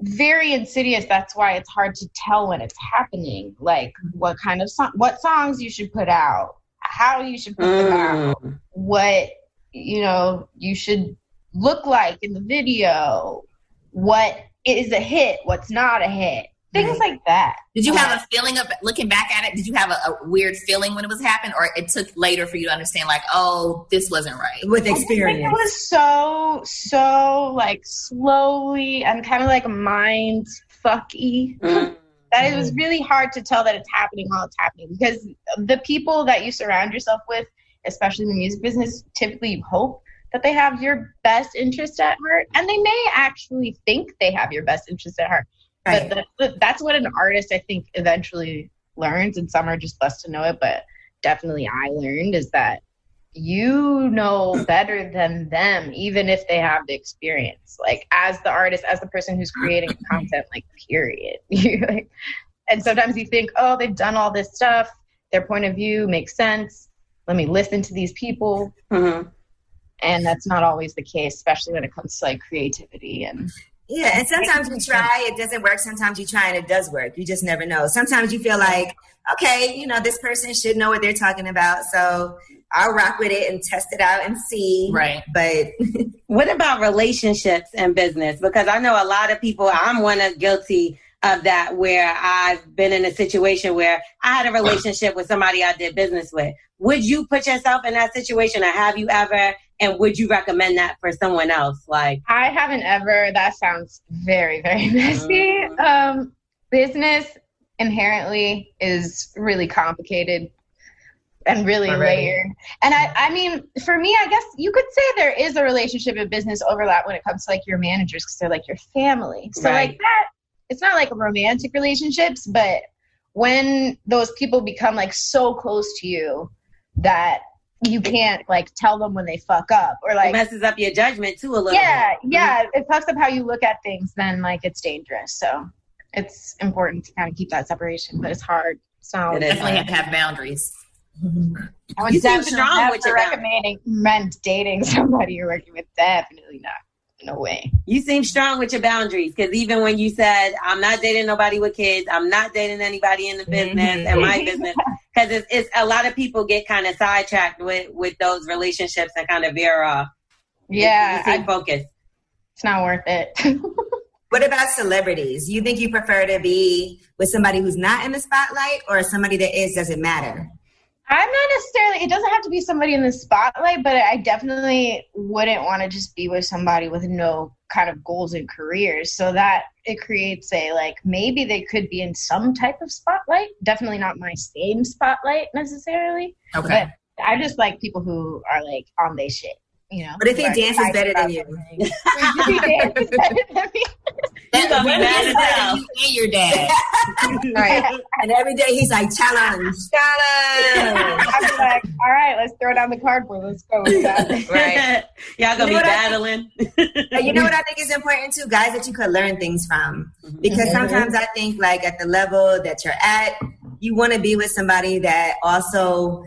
Speaker 4: very insidious that's why it's hard to tell when it's happening like what kind of song what songs you should put out how you should put them out
Speaker 3: Mm.
Speaker 4: what you know you should look like in the video what is a hit what's not a hit things like that
Speaker 2: Did you have a feeling of looking back at it? Did you have a, a weird feeling when it was happening, or it took later for you to understand, like, oh, this wasn't right?
Speaker 1: With
Speaker 4: I just think
Speaker 1: experience.
Speaker 4: It was so so like slowly and kind of like mind fucky.
Speaker 3: Mm.
Speaker 4: that it was really hard to tell that it's happening while it's happening because the people that you surround yourself with, especially in the music business, typically you hope that they have your best interest at heart, and they may actually think they have your best interest at heart.
Speaker 1: Right.
Speaker 4: But the, that's what an artist, I think, eventually learns, and some are just blessed to know it, but definitely I learned is that you know better than them, even if they have the experience. Like as the artist, as the person who's creating the content, like period. You, like, and sometimes you think, oh, they've done all this stuff. Their point of view makes sense. Let me listen to these people.
Speaker 3: Mhm.
Speaker 4: And that's not always the case, especially when it comes to like creativity and
Speaker 1: Yeah, and sometimes we try, it doesn't work. Sometimes you try and it does work. You just never know. Sometimes you feel like, okay, you know, this person should know what they're talking about. So I'll rock with it and test it out and see.
Speaker 2: Right.
Speaker 1: But
Speaker 3: What about relationships and business? Because I know a lot of people, I'm one of guilty of that where I've been in a situation where I had a relationship with somebody I did business with. Would you put yourself in that situation or have you ever? And would you recommend that for someone else? Like,
Speaker 4: I haven't ever. That sounds very, very messy. Um, business inherently is really complicated and really
Speaker 5: Already.
Speaker 4: layered. And I, I mean, for me, I guess you could say there is a relationship and business overlap when it comes to like your managers because they're like your family. So
Speaker 3: Right.
Speaker 4: like that, it's not like romantic relationships, but when those people become like so close to you that you can't like tell them when they fuck up or
Speaker 3: it
Speaker 4: like
Speaker 3: messes up your judgment too a little
Speaker 4: yeah,
Speaker 3: bit.
Speaker 4: yeah. It fucks up how you look at things. Then like it's dangerous. So it's important to kind of keep that separation, but it's hard. So
Speaker 3: It is.
Speaker 2: Definitely have to have boundaries.
Speaker 4: I would
Speaker 3: You seem
Speaker 4: definitely
Speaker 3: strong
Speaker 4: never
Speaker 3: with your boundaries.
Speaker 4: recommending men dating somebody you're working with. Definitely not. No way.
Speaker 3: You seem strong with your boundaries because even when you said, I'm not dating nobody with kids, I'm not dating anybody in the business,
Speaker 5: Mhm.
Speaker 3: and my business, because it's, it's a lot of people get kind of sidetracked with, with those relationships and kind of veer off. You-
Speaker 4: Yeah,
Speaker 3: You seem
Speaker 4: I-
Speaker 3: focused.
Speaker 4: it's not worth it.
Speaker 1: What about celebrities? You think you prefer to be with somebody who's not in the spotlight or somebody that is? Doesn't matter.
Speaker 4: I'm not necessarily. It doesn't have to be somebody in the spotlight, but I definitely wouldn't want to just be with somebody with no kind of goals and careers. So that it creates a like maybe they could be in some type of spotlight. Definitely not my same spotlight necessarily.
Speaker 2: Okay.
Speaker 4: But I just like people who are like on their shit. You know.
Speaker 1: What if he
Speaker 4: who are
Speaker 1: dances
Speaker 4: excited
Speaker 1: better than
Speaker 4: about something.
Speaker 1: you?
Speaker 4: If he dances better than me.
Speaker 3: You gonna be mad as hell.
Speaker 2: and your dad.
Speaker 1: Right. and every day he's like, challenge. Challenge.
Speaker 4: I'd be like, all right, let's throw down the cardboard. Let's go with that.
Speaker 5: Right.
Speaker 3: Y'all gonna
Speaker 1: You know
Speaker 3: be
Speaker 1: what I-
Speaker 3: battling.
Speaker 1: But you know what I think is important too, guys, that you could learn things from. Because sometimes I think like at the level that you're at, you want to be with somebody that also,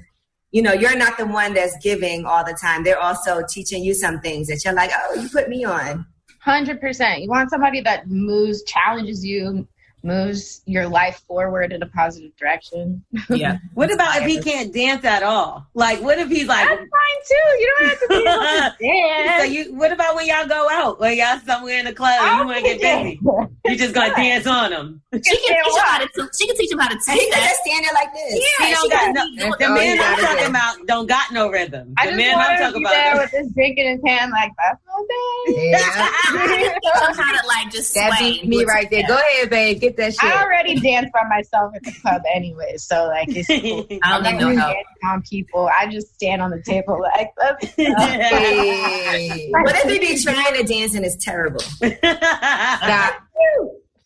Speaker 1: you know, you're not the one that's giving all the time. They're also teaching you some things that you're like, oh, you put me on.
Speaker 4: Hundred percent. You want somebody that moves, challenges you, moves your life forward in a positive direction.
Speaker 2: Yeah.
Speaker 3: What about if he can't dance at all? Like, what if he's
Speaker 4: That's
Speaker 3: like,
Speaker 4: fine too. You don't have to be able to dance.
Speaker 3: so you? What about when y'all go out? When y'all somewhere in the club, and you want to get busy? You just gonna dance on them.
Speaker 2: She can teach him how to. T- she can teach him how to
Speaker 1: And he
Speaker 2: teach
Speaker 1: could
Speaker 2: that.
Speaker 1: just stand there like this.
Speaker 3: He don't
Speaker 2: she
Speaker 3: got
Speaker 2: can
Speaker 3: no,
Speaker 2: be doing
Speaker 3: the
Speaker 5: Oh,
Speaker 3: man
Speaker 5: you
Speaker 3: I'm
Speaker 5: gotta
Speaker 3: talking
Speaker 5: dance.
Speaker 3: about don't got no rhythm.
Speaker 4: I
Speaker 3: The
Speaker 4: just
Speaker 3: man I'm
Speaker 4: want him to
Speaker 3: talking
Speaker 4: be there
Speaker 3: about.
Speaker 4: with this drink in his hand, like that's okay.
Speaker 5: Yeah.
Speaker 2: Some kind of like just sway.
Speaker 5: That beat me right there. Go ahead, babe. Get that
Speaker 4: I
Speaker 5: shit.
Speaker 4: already dance by myself at the club anyway, so like it's cool.
Speaker 2: I don't
Speaker 4: I'm
Speaker 2: need no
Speaker 4: not
Speaker 2: help.
Speaker 4: dancing on people. I just stand on the table like let's go.
Speaker 5: Hey.
Speaker 1: What if he be trying to dance and it's terrible?
Speaker 5: Stop.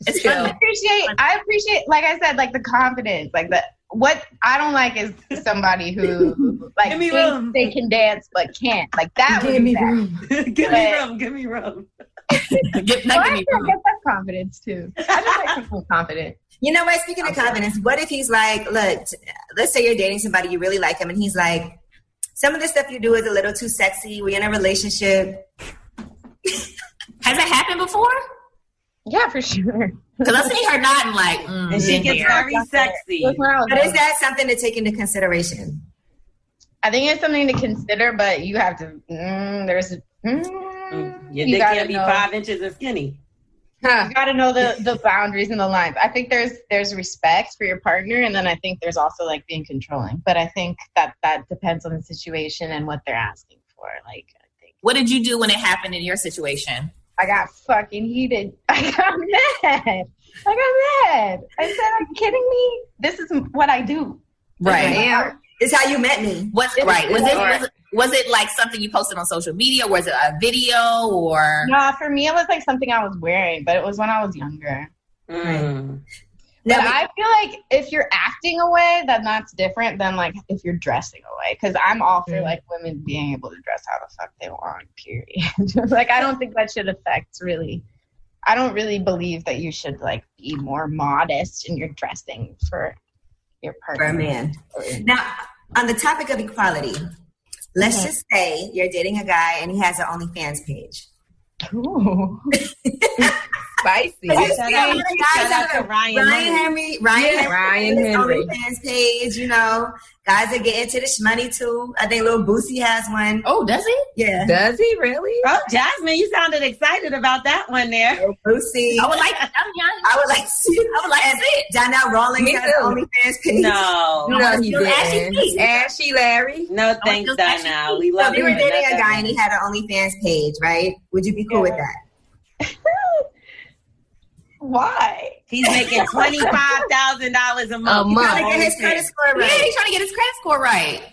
Speaker 2: It's
Speaker 4: I
Speaker 2: chill.
Speaker 4: appreciate I appreciate like I said, like the confidence. Like the what I don't like is somebody who like
Speaker 3: Give me
Speaker 4: thinks
Speaker 3: room.
Speaker 4: they can dance but can't. Like that would be bad.
Speaker 3: give me room. Give me room.
Speaker 2: Give,
Speaker 4: So
Speaker 2: not
Speaker 4: I
Speaker 2: give me
Speaker 4: still
Speaker 2: room.
Speaker 4: get that confidence too. I just like people confident.
Speaker 1: You know what? Speaking of confidence, what if he's like, look, t- let's say you're dating somebody, you really like him, and he's like, some of the stuff you do is a little too sexy. We're in a relationship.
Speaker 2: Has it happened before?
Speaker 4: Yeah, for sure.
Speaker 2: Because I've seen her nodding like. Mm,
Speaker 3: And she gets
Speaker 2: yeah.
Speaker 3: very sexy.
Speaker 4: That's what I was
Speaker 1: But is
Speaker 4: like.
Speaker 1: that something to take into consideration?
Speaker 4: I think it's something to consider, but you have to. Mm, there's. Mm,
Speaker 3: Your
Speaker 4: you
Speaker 3: dick
Speaker 4: gotta
Speaker 3: can't be
Speaker 4: know.
Speaker 3: five inches and skinny.
Speaker 5: Huh.
Speaker 4: you got to know the the boundaries and the lines. I think there's there's respect for your partner, and then I think there's also like being controlling. But I think that that depends on the situation and what they're asking for. Like I think
Speaker 2: What did you do when it happened in your situation?
Speaker 4: I got fucking heated. I got mad. I got mad. I said, "Are you kidding me? This is what I do."
Speaker 5: Damn.
Speaker 1: It's how you met me.
Speaker 2: Was it right? Was it, was it was it like something you posted on social media? Was it a video or?
Speaker 4: No, for me, it was like something I was wearing, but it was when I was younger.
Speaker 3: Mm.
Speaker 1: No,
Speaker 4: But
Speaker 1: but-
Speaker 4: I feel like if you're acting away, then that's different than like if you're dressing away. Because I'm all for like women being able to dress how the fuck they want. Period. like I don't think that should affect really. I don't really believe that you should like be more modest in your dressing for your
Speaker 1: for
Speaker 4: partner.
Speaker 1: a man. Now, on the topic of equality, let's
Speaker 4: Mhm.
Speaker 1: just say you're dating a guy and he has an OnlyFans page.
Speaker 4: Ooh.
Speaker 5: Spicy.
Speaker 1: Yes.
Speaker 3: Shout out, shout out to Ryan.
Speaker 1: Ryan
Speaker 3: Reynolds.
Speaker 1: Henry, Ryan Henry,
Speaker 5: Ryan
Speaker 1: his
Speaker 5: Henry.
Speaker 1: OnlyFans page. You know, guys are getting to the shmoney too. I think Lil Boosie has one.
Speaker 2: Oh, does he?
Speaker 1: Yeah,
Speaker 5: Does he really?
Speaker 3: Oh, Jasmine, you sounded excited about that one there.
Speaker 1: Lil Boosie.
Speaker 2: I would like. I'm young.
Speaker 1: I would like to see. I would like to see it. Donnell Rawlings
Speaker 5: Me
Speaker 1: has
Speaker 5: too.
Speaker 1: an OnlyFans page.
Speaker 3: No.
Speaker 5: No, he
Speaker 1: Still Ashy
Speaker 5: didn't.
Speaker 1: Feet.
Speaker 5: Ashy Larry.
Speaker 3: No, thanks,
Speaker 2: just ask
Speaker 3: Donnell.
Speaker 2: you.
Speaker 3: We
Speaker 1: So
Speaker 3: love
Speaker 1: if you were
Speaker 3: you, but
Speaker 1: dating
Speaker 3: not
Speaker 1: a
Speaker 3: that
Speaker 1: guy
Speaker 3: one.
Speaker 1: and he had an OnlyFans page, right? Would you be cool with that?
Speaker 4: Why?
Speaker 3: He's making twenty five thousand dollars a month.
Speaker 5: month.
Speaker 1: Trying to get his credit score
Speaker 2: Yeah,
Speaker 1: right.
Speaker 2: he's trying to get his credit score right.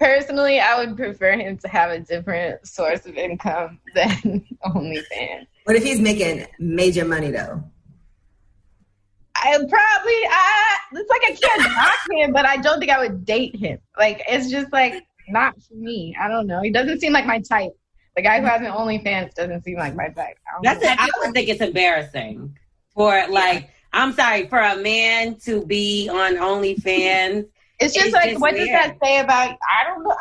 Speaker 4: Personally, I would prefer him to have a different source of income than OnlyFans.
Speaker 1: What if he's making major money though?
Speaker 4: I probably I it's like I can't knock him, but I don't think I would date him. Like it's just like not for me. I don't know. He doesn't seem like my type. The guy who has an OnlyFans doesn't seem like my type. I don't
Speaker 3: That's
Speaker 4: know.
Speaker 3: it. I would think it's embarrassing for like. I'm sorry for a man to be on OnlyFans.
Speaker 4: It's just
Speaker 3: It's
Speaker 4: like
Speaker 3: just
Speaker 4: what does that say about? I don't know.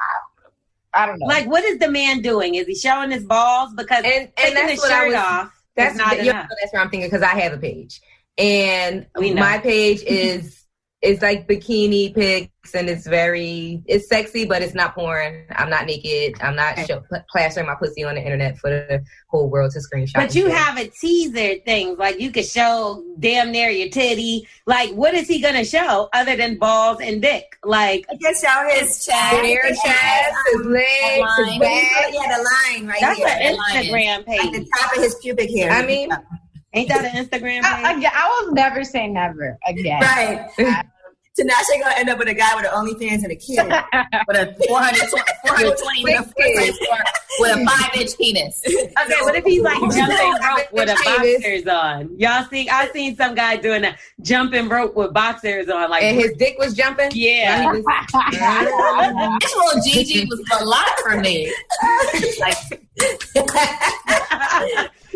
Speaker 4: I, I don't know.
Speaker 3: Like, what is the man doing? Is he showing his balls? Because
Speaker 5: And and
Speaker 3: taking
Speaker 5: that's
Speaker 3: his
Speaker 5: what I
Speaker 3: shirt
Speaker 5: was.
Speaker 3: off
Speaker 5: That's
Speaker 3: is not
Speaker 5: yeah,
Speaker 3: enough.
Speaker 5: that's what I'm thinking because I have a page, and
Speaker 3: We know.
Speaker 5: my page is it's like bikini pics and it's very it's sexy but it's not porn i'm not naked i'm not
Speaker 3: Okay.
Speaker 5: show, pl- plastering my pussy on the internet for the whole world to screenshot
Speaker 3: But
Speaker 5: and
Speaker 3: you
Speaker 5: shit.
Speaker 3: have a teaser thing, like you could show damn near your titty. Like, what is he gonna show other than balls and dick? Like,
Speaker 1: He can show his chest.
Speaker 5: Bare chest, his legs, his
Speaker 2: Line.
Speaker 5: back.
Speaker 1: um, Yeah, the line right
Speaker 3: that's
Speaker 1: here.
Speaker 3: an
Speaker 2: lying.
Speaker 3: Instagram
Speaker 1: At the
Speaker 3: page.
Speaker 1: top of his pubic hair.
Speaker 5: I mean-
Speaker 3: Ain't that an Instagram
Speaker 4: I,
Speaker 3: page?
Speaker 4: again, I will never say never again.
Speaker 1: right. Tinashe gonna end up with a guy with an OnlyFans and a kid.
Speaker 2: with a 420, 420 with, a, with a five inch penis.
Speaker 3: Okay, what if he's like jumping rope with a
Speaker 5: Famous.
Speaker 3: boxers on? Y'all see, I seen some guy doing that jumping rope with boxers on, like
Speaker 5: and his dick was jumping
Speaker 3: yeah.
Speaker 5: While he was-
Speaker 2: Visual Gigi was a lot for me. Like,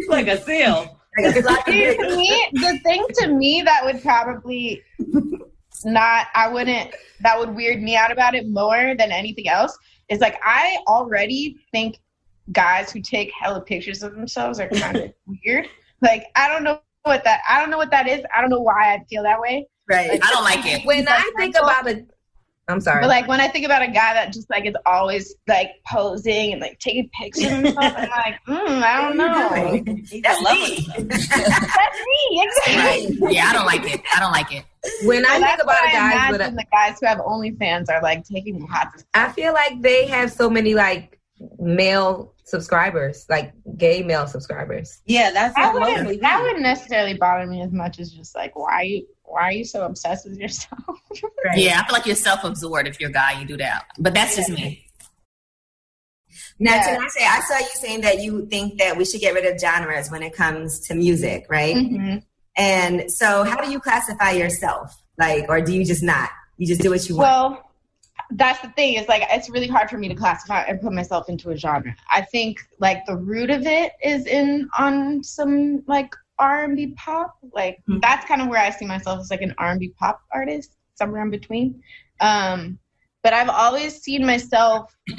Speaker 3: like a seal.
Speaker 1: Like a flock of
Speaker 4: Dude,
Speaker 1: big-
Speaker 4: to me, the thing to me that would probably not, I wouldn't, that would weird me out about it more than anything else is like, I already think guys who take hella pictures of themselves are kind of weird. Like, I don't know what that, I don't know what that is. I don't know why I feel that way.
Speaker 1: right.
Speaker 2: I don't like it.
Speaker 5: when i think about it i'm sorry
Speaker 4: But like, when I think about a guy that just like is always like posing and like taking pictures of himself, I'm like, mm, I don't know.
Speaker 3: He's
Speaker 1: That's
Speaker 3: a lover.
Speaker 1: me.
Speaker 4: That's me, exactly.
Speaker 2: Right. Yeah, I don't like it. I don't like it.
Speaker 5: when
Speaker 4: And
Speaker 5: i think
Speaker 4: that's
Speaker 5: about
Speaker 4: why
Speaker 5: it guys with
Speaker 4: imagine
Speaker 5: a,
Speaker 4: the guys who have OnlyFans are like taking lots of
Speaker 5: i feel like they have so many like male subscribers like gay male subscribers
Speaker 3: Yeah, that's
Speaker 4: That
Speaker 3: what mostly.
Speaker 4: wouldn't, that
Speaker 3: he-
Speaker 4: wouldn't necessarily bother me as much as just like why you why are you so obsessed with yourself?
Speaker 2: Yeah, I feel like you're self absorbed if you're a guy, you do that. But that's just me.
Speaker 1: Now,
Speaker 4: Yeah.
Speaker 1: Tinashe, I saw you saying that you think that we should get rid of genres when it comes to music, right?
Speaker 4: Mm-hmm.
Speaker 1: And so, how do you classify yourself? Like, or do you just not? You just do what you want.
Speaker 4: Well, that's the thing. It's like it's really hard for me to classify and put myself into a genre. I think like the root of it is in on some like R and B pop. Like
Speaker 1: Mhm.
Speaker 4: that's kind of where I see myself as like an R and B pop artist, somewhere in between. Um, but I've always seen myself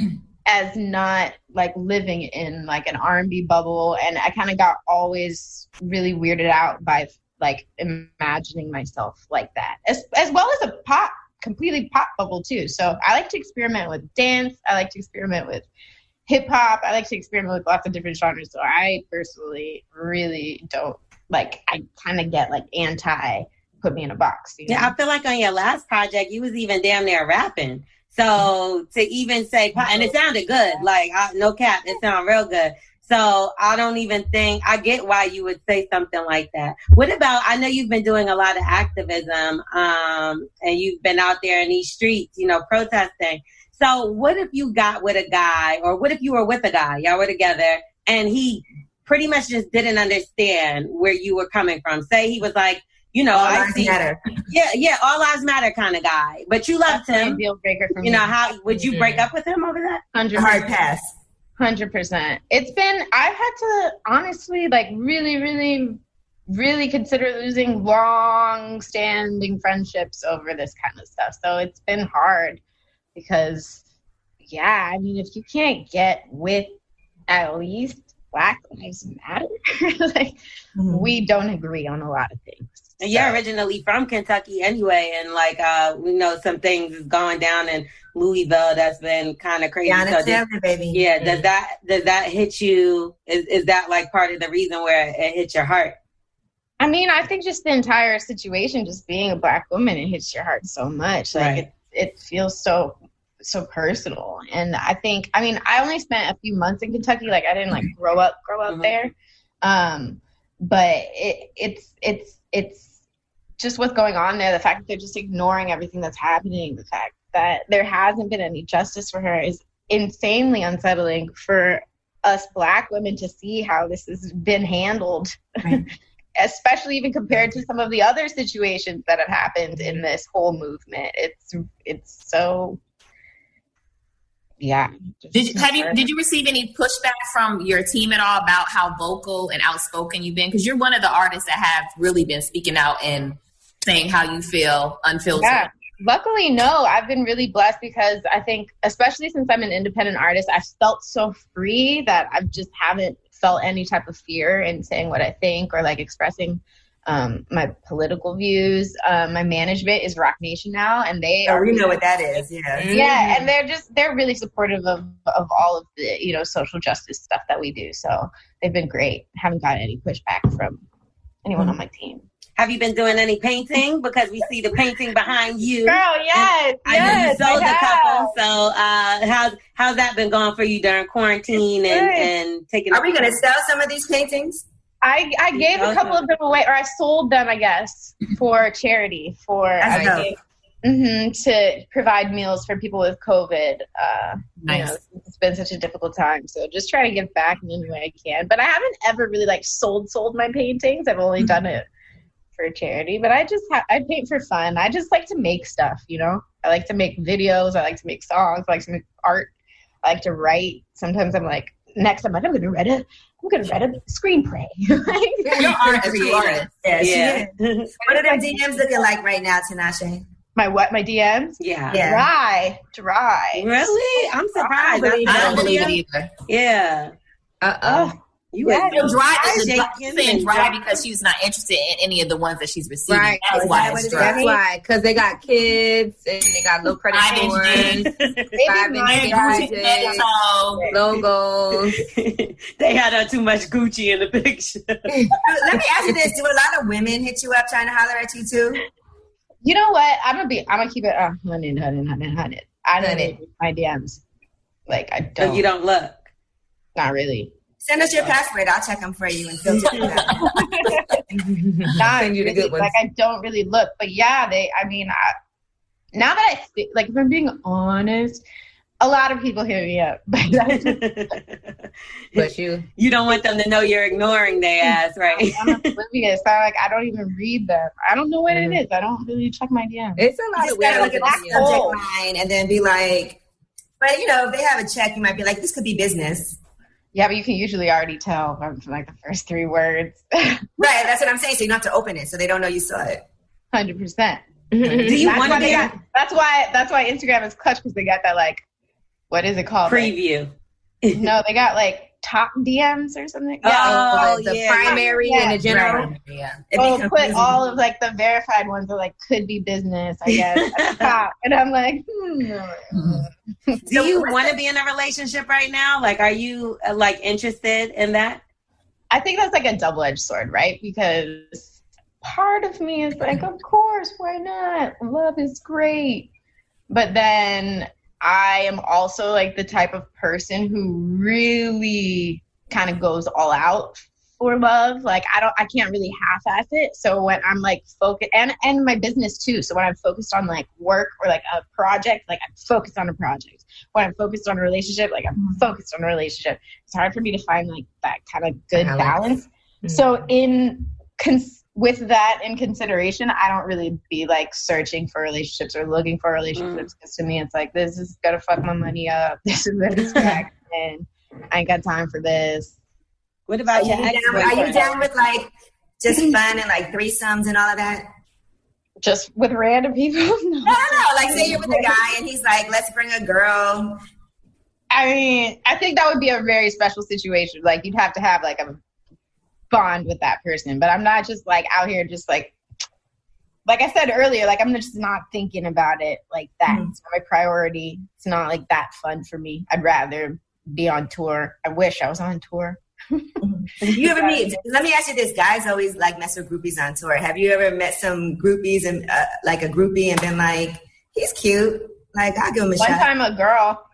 Speaker 4: as not like living in like an R and B bubble, and I kind of got always really weirded out by like imagining myself like that, as as well as a pop completely pop bubble too. So I like to experiment with dance. I like to experiment with hip hop. I like to experiment with lots of different genres. So I personally really don't like. I kind of get like anti put me in a box. You know?
Speaker 3: Yeah, I feel like on your last project, you was even damn near rapping. So to even say, and it sounded good, like I, no cap, it sounded real good. So I don't even think I get why you would say something like that. What about? I know you've been doing a lot of activism, um, and you've been out there in these streets, you know, protesting. So what if you got with a guy, or what if you were with a guy, y'all were together, and he pretty much just didn't understand where you were coming from? Say he was like, you know,
Speaker 1: All
Speaker 3: I
Speaker 1: lives
Speaker 3: see
Speaker 1: matter.
Speaker 3: yeah, yeah, all lives matter kind of guy. But you loved
Speaker 4: That's a
Speaker 3: him.
Speaker 4: deal breaker for me.
Speaker 3: You know, how would you break up with him over that?
Speaker 1: A
Speaker 4: hundred
Speaker 1: hard pass.
Speaker 4: Hundred percent. It's been. I've had to honestly, like, really, really, really consider losing long-standing friendships over this kind of stuff. So it's been hard because, yeah, I mean, if you can't get with at least Black Lives Matter, like,
Speaker 1: Mhm.
Speaker 4: we don't agree on a lot of things.
Speaker 3: And you're originally from Kentucky anyway, and like uh we know some things is going down in Louisville that's been kind of crazy.
Speaker 1: Tiana
Speaker 3: So
Speaker 1: Taylor,
Speaker 3: did,
Speaker 1: baby.
Speaker 3: yeah, does that does that hit you? Is is that like part of the reason where it hit your heart?
Speaker 4: I mean, I think just the entire situation, just being a black woman, it hits your heart so much. Like
Speaker 3: Right.
Speaker 4: it, it feels so so personal. And I think, I mean, I only spent a few months in Kentucky. Like I didn't like grow up, grow up
Speaker 3: Mhm.
Speaker 4: there. Um, but it, it's it's it's just what's going on there. The fact that they're just ignoring everything that's happening. The fact that there hasn't been any justice for her is insanely unsettling for us black women to see how this has been handled especially even compared to some of the other situations that have happened in this whole movement. It's it's so yeah.
Speaker 2: Did you, have you did you receive any pushback from your team at all about how vocal and outspoken you've been? Because you're one of the artists that have really been speaking out and saying how you feel unfiltered.
Speaker 4: Yeah. Luckily, no. I've been really blessed because I think, especially since I'm an independent artist, I've felt so free that I just haven't felt any type of fear in saying what I think or like expressing um, my political views. Uh, my management is Rock Nation now, and they
Speaker 1: Oh,
Speaker 4: are Mm-hmm.
Speaker 1: you know what that is. Yeah.
Speaker 4: yeah, and they're just they're really supportive of of all of the you know social justice stuff that we do. So they've been great. Haven't gotten any pushback from anyone on my team.
Speaker 3: Have you been doing any painting? Because we see the painting behind you.
Speaker 4: Girl, yes,
Speaker 3: I
Speaker 4: yes,
Speaker 3: know you sold
Speaker 4: I
Speaker 3: a
Speaker 4: have.
Speaker 3: couple. So uh, how's how's that been going for you during quarantine and,
Speaker 4: Good.
Speaker 3: and taking?
Speaker 1: Are we going to sell some of these paintings?
Speaker 4: I, I gave a couple of them away, or I sold them, I guess, for charity for
Speaker 1: That's dope.
Speaker 4: hmm to provide meals for people with COVID. Uh, You
Speaker 2: Nice.
Speaker 4: know, it's been such a difficult time, so just try to give back in any way I can. But I haven't ever really like sold sold my paintings. I've only done it for charity. But I just ha- I paint for fun. I just like to make stuff. You know, I like to make videos. I like to make songs. I like to make art. I like to write. Sometimes I'm like, next I'm like, I'm gonna write a I'm gonna write a screenplay. Like,
Speaker 2: You are creative.
Speaker 1: Yeah. she
Speaker 3: Yeah.
Speaker 1: is. What are them DMs looking like right now, Tinashe?
Speaker 4: my what? My DMs.
Speaker 3: yeah.
Speaker 1: Yeah.
Speaker 4: Dry, dry.
Speaker 3: Really? I'm surprised.
Speaker 1: I believe
Speaker 2: I
Speaker 3: I,
Speaker 2: don't
Speaker 3: I
Speaker 2: believe it either.
Speaker 3: Yeah.
Speaker 5: Uh-oh.
Speaker 3: You
Speaker 4: Yes.
Speaker 3: were
Speaker 2: Feel dry is
Speaker 3: Shaking
Speaker 2: saying
Speaker 3: and
Speaker 2: dry
Speaker 3: dry.
Speaker 2: because she's not interested in any of the ones that she's receiving.
Speaker 5: Right.
Speaker 2: That's
Speaker 1: Is
Speaker 2: why
Speaker 1: that what
Speaker 2: it's
Speaker 1: it
Speaker 2: dry.
Speaker 5: That's why, because they got kids and they got low credit
Speaker 2: Five inch
Speaker 5: scores,
Speaker 4: Maybe
Speaker 5: Five
Speaker 4: mine
Speaker 5: inch
Speaker 2: Wearing
Speaker 4: dry.
Speaker 2: Gucci
Speaker 5: dresses,
Speaker 2: head to toe.
Speaker 5: logos.
Speaker 3: they had uh, too much Gucci in the picture.
Speaker 1: Let me ask you this: Do a lot of women hit you up trying to holler at you too?
Speaker 4: You know what? I'm gonna be. I'm gonna keep it uh, a hundred, hundred, hundred, hundred. I don't
Speaker 5: Hundred.
Speaker 4: need my DMs. Like I don't.
Speaker 3: But you don't look.
Speaker 4: Not really.
Speaker 1: Send us your password. I'll check them for you and filter them out.
Speaker 4: Not
Speaker 5: Send you the
Speaker 4: really.
Speaker 5: good ones.
Speaker 4: Like I don't really look. But yeah, they. I mean, I, now that I thi- like, if I'm being honest, a lot of people hit me up. But I just-
Speaker 5: But you,
Speaker 3: you don't want them to know you're ignoring their ass, right?
Speaker 4: I'm oblivious. I like. I don't even read them. I don't know what it is. I don't really check my DMs.
Speaker 5: it's a lot
Speaker 1: Just
Speaker 5: of
Speaker 1: gotta look
Speaker 5: weirdos.
Speaker 1: at
Speaker 5: in
Speaker 1: the
Speaker 5: the
Speaker 1: subject line and then be like, but you know, if they have a check, you might be like, this could be business.
Speaker 4: Yeah, but you can usually already tell from like the first three words.
Speaker 1: Right, that's what I'm saying. So you don't have to open it so they don't know you saw it.
Speaker 4: Hundred percent.
Speaker 5: end.
Speaker 3: Do you
Speaker 4: That's
Speaker 3: want
Speaker 4: why
Speaker 3: to
Speaker 4: they
Speaker 3: get
Speaker 4: got. That's why. That's why Instagram is clutch because they got that like. What is it
Speaker 3: a
Speaker 4: called? Like,
Speaker 3: preview?
Speaker 4: No, they got like top DMs or something. Yeah.
Speaker 3: Oh,
Speaker 5: the
Speaker 3: yeah.
Speaker 5: primary and the general.
Speaker 2: Right. Yeah.
Speaker 1: It'd be
Speaker 4: Oh, put
Speaker 1: confusing.
Speaker 4: all of like the verified ones that like could be business, I guess, at the top. And I'm like, hmm.
Speaker 3: Do you want to be in a relationship right now? Like, are you uh, like interested in that?
Speaker 4: I think that's like a double edged sword, right? Because part of me is like, of course, why not? Love is great. But then I am also like the type of person who really kind of goes all out for love. Like I don't I can't really half ass it. So when I'm like focused and and my business too. So when I'm focused on like work or like a project, like I'm focused on a project. When I'm focused on a relationship, like I'm focused on a relationship. It's hard for me to find like that kind of good
Speaker 5: Balance.
Speaker 4: balance. So in cons- with that in consideration, I don't really be like searching for relationships or looking for relationships because to me it's like this is gonna fuck my money up. This is a distraction. I ain't got time for this.
Speaker 3: What about
Speaker 1: Are
Speaker 3: your
Speaker 1: you
Speaker 3: ex
Speaker 1: down- are you down with like just fun and like threesomes and all of that?
Speaker 4: Just with random people. No.
Speaker 1: No, no, no. Like, say you're with a guy and he's like, let's bring a girl.
Speaker 4: I mean, I think that would be a very special situation. Like you'd have to have like a bond with that person. But I'm not just like out here just like like I said earlier, like I'm just not thinking about it like that.
Speaker 5: Mm-hmm.
Speaker 1: Mhm.
Speaker 4: It's not my priority. It's not like that fun for me. I'd rather be on tour. I wish I was on tour.
Speaker 1: You ever meet? Let me ask you this: guys always like mess with groupies on tour. Have you ever met some groupies and uh, like a groupie and been like, he's cute. Like, I'll give him a
Speaker 4: One
Speaker 1: shot.
Speaker 4: time a girl,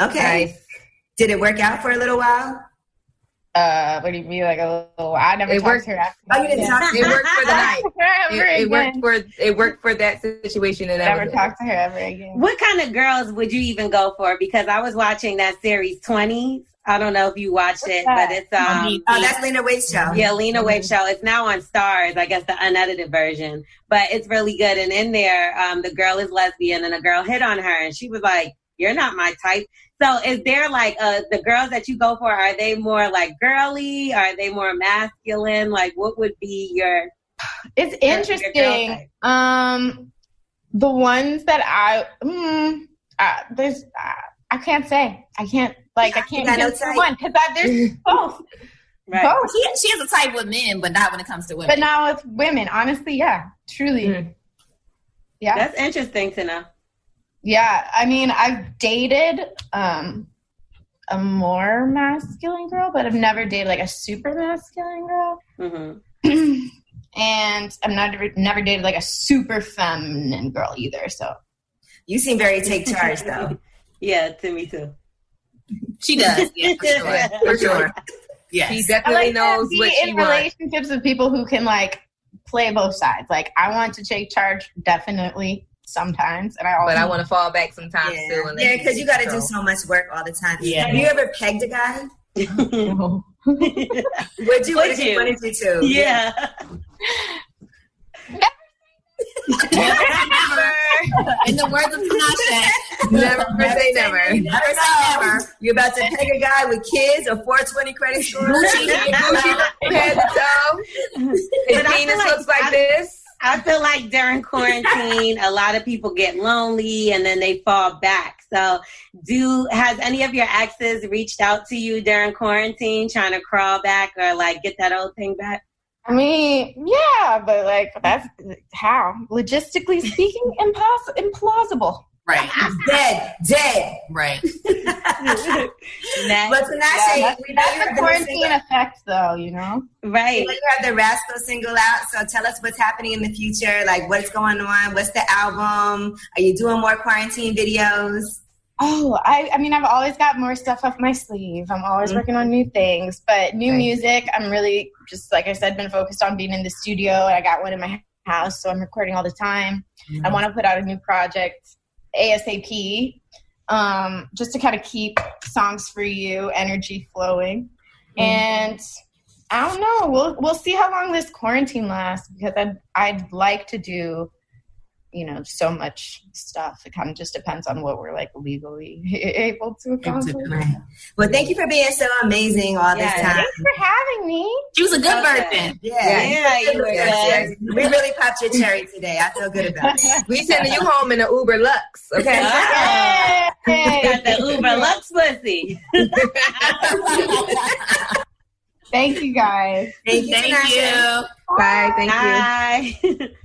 Speaker 1: Okay.
Speaker 5: Nice.
Speaker 1: Did it work out for a little while?
Speaker 4: uh what do you mean like a little I never
Speaker 5: It
Speaker 4: talked
Speaker 5: worked.
Speaker 4: to her after
Speaker 1: Oh, you didn't
Speaker 4: that.
Speaker 1: talk to
Speaker 5: It worked for the night. It,
Speaker 4: Ever
Speaker 5: it worked
Speaker 4: again.
Speaker 5: for it worked for that situation and that
Speaker 4: Never
Speaker 5: was it.
Speaker 4: talked to her ever again.
Speaker 3: What kind of girls would you even go for? Because I was watching that series Twenties. I don't know if you watched
Speaker 4: What's
Speaker 3: it,
Speaker 4: that?
Speaker 3: but it's um,
Speaker 1: Oh, that's Lena Waite's show.
Speaker 3: Yeah, Lena Wave Show. It's now on Stars, I guess the unedited version, but it's really good. And in there, um, the girl is lesbian, and a girl hit on her, and she was like, "You're not my type." So, is there like uh, the girls that you go for? Are they more like girly? Are they more masculine? Like, what would be your
Speaker 4: It's
Speaker 3: your
Speaker 4: interesting. Um, the ones that I, mm, uh, there's, uh, I can't say. I can't like I can't
Speaker 1: got no
Speaker 4: just for
Speaker 1: type.
Speaker 4: one because there's both.
Speaker 3: Right.
Speaker 4: Both.
Speaker 2: She, she has a type with men, but not when it comes to women.
Speaker 4: But now with women, honestly, yeah, truly.
Speaker 5: Mm.
Speaker 4: Yeah.
Speaker 3: That's interesting to know.
Speaker 4: yeah. I mean, I've dated um a more masculine girl, but I've never dated like a super masculine girl.
Speaker 3: hmm
Speaker 4: and I've never never dated like a super feminine girl either. So
Speaker 1: You seem very take charge though.
Speaker 3: Yeah, to me too.
Speaker 2: she does, yeah, for sure. For sure.
Speaker 5: She
Speaker 2: Yes.
Speaker 4: I
Speaker 5: definitely
Speaker 4: like to
Speaker 5: knows
Speaker 4: be
Speaker 5: what she
Speaker 4: in
Speaker 5: wants.
Speaker 4: relationships with people who can like play both sides. Like I want to take charge definitely sometimes, and I also
Speaker 5: But I want to fall back sometimes too.
Speaker 1: Yeah,
Speaker 5: and let
Speaker 1: yeah,
Speaker 5: you
Speaker 1: because you got to do
Speaker 5: control.
Speaker 1: so much work all the time.
Speaker 2: Yeah.
Speaker 1: Have you ever pegged a guy?
Speaker 4: to.
Speaker 1: Would you?
Speaker 3: Would
Speaker 1: Would if you
Speaker 3: you?
Speaker 1: wanted you to?
Speaker 3: yeah.
Speaker 1: Never.
Speaker 2: In the words of Tinashe,
Speaker 5: Never say
Speaker 1: say
Speaker 5: never.
Speaker 1: Never say never. You're about to peg a guy with kids or 420 credit score.
Speaker 5: Head to toe. His
Speaker 3: But I feel
Speaker 5: penis
Speaker 3: like
Speaker 5: looks like
Speaker 3: I-
Speaker 5: this.
Speaker 3: I feel like during quarantine, a lot of people get lonely and then they fall back. So, do has any of your exes reached out to you during quarantine, trying to crawl back or like get that old thing back?
Speaker 4: I mean, yeah, but like that's how logistically speaking, impossible, implausible.
Speaker 2: right,
Speaker 1: dead, dead.
Speaker 2: right.
Speaker 3: Next.
Speaker 1: But Tinashe,
Speaker 4: that's,
Speaker 1: we know
Speaker 4: that's
Speaker 1: you
Speaker 4: the
Speaker 1: have the new
Speaker 4: quarantine
Speaker 1: single.
Speaker 4: effect, though. You know,
Speaker 1: We
Speaker 3: right.
Speaker 1: know you have the Rascal single out. So tell us what's happening in the future. Like what's going on? What's the album? Are you doing more quarantine videos?
Speaker 4: Oh, I, I mean, I've always got more stuff up my sleeve. I'm always working on new things, but new
Speaker 5: Right.
Speaker 4: music, I'm really just, like I said, been focused on being in the studio. I got one in my house, so I'm recording all the time. I want to put out a new project ASAP um, just to kind of keep songs for you energy flowing. And I don't know, we'll, we'll see how long this quarantine lasts because I'd, I'd like to do you know so much stuff it kind of just depends on what we're like legally able to accomplish
Speaker 3: Mm-hmm.
Speaker 1: Well, thank you for being so amazing all this
Speaker 3: Yeah.
Speaker 1: time.
Speaker 4: thanks for having me
Speaker 2: She was a good
Speaker 3: Okay.
Speaker 2: virgin.
Speaker 1: Yeah.
Speaker 3: Yeah, you were
Speaker 1: Yes,
Speaker 3: good.
Speaker 1: yes. We really popped your cherry today. I feel good about it.
Speaker 5: We sending you home in an Uber Lux, okay?
Speaker 3: Ah,
Speaker 4: Yay!
Speaker 3: got the Uber Lux pussy.
Speaker 4: thank you guys
Speaker 1: Thank you,
Speaker 2: Thank
Speaker 1: Tinashe.
Speaker 2: you.
Speaker 5: Bye. Thank you.
Speaker 3: Bye.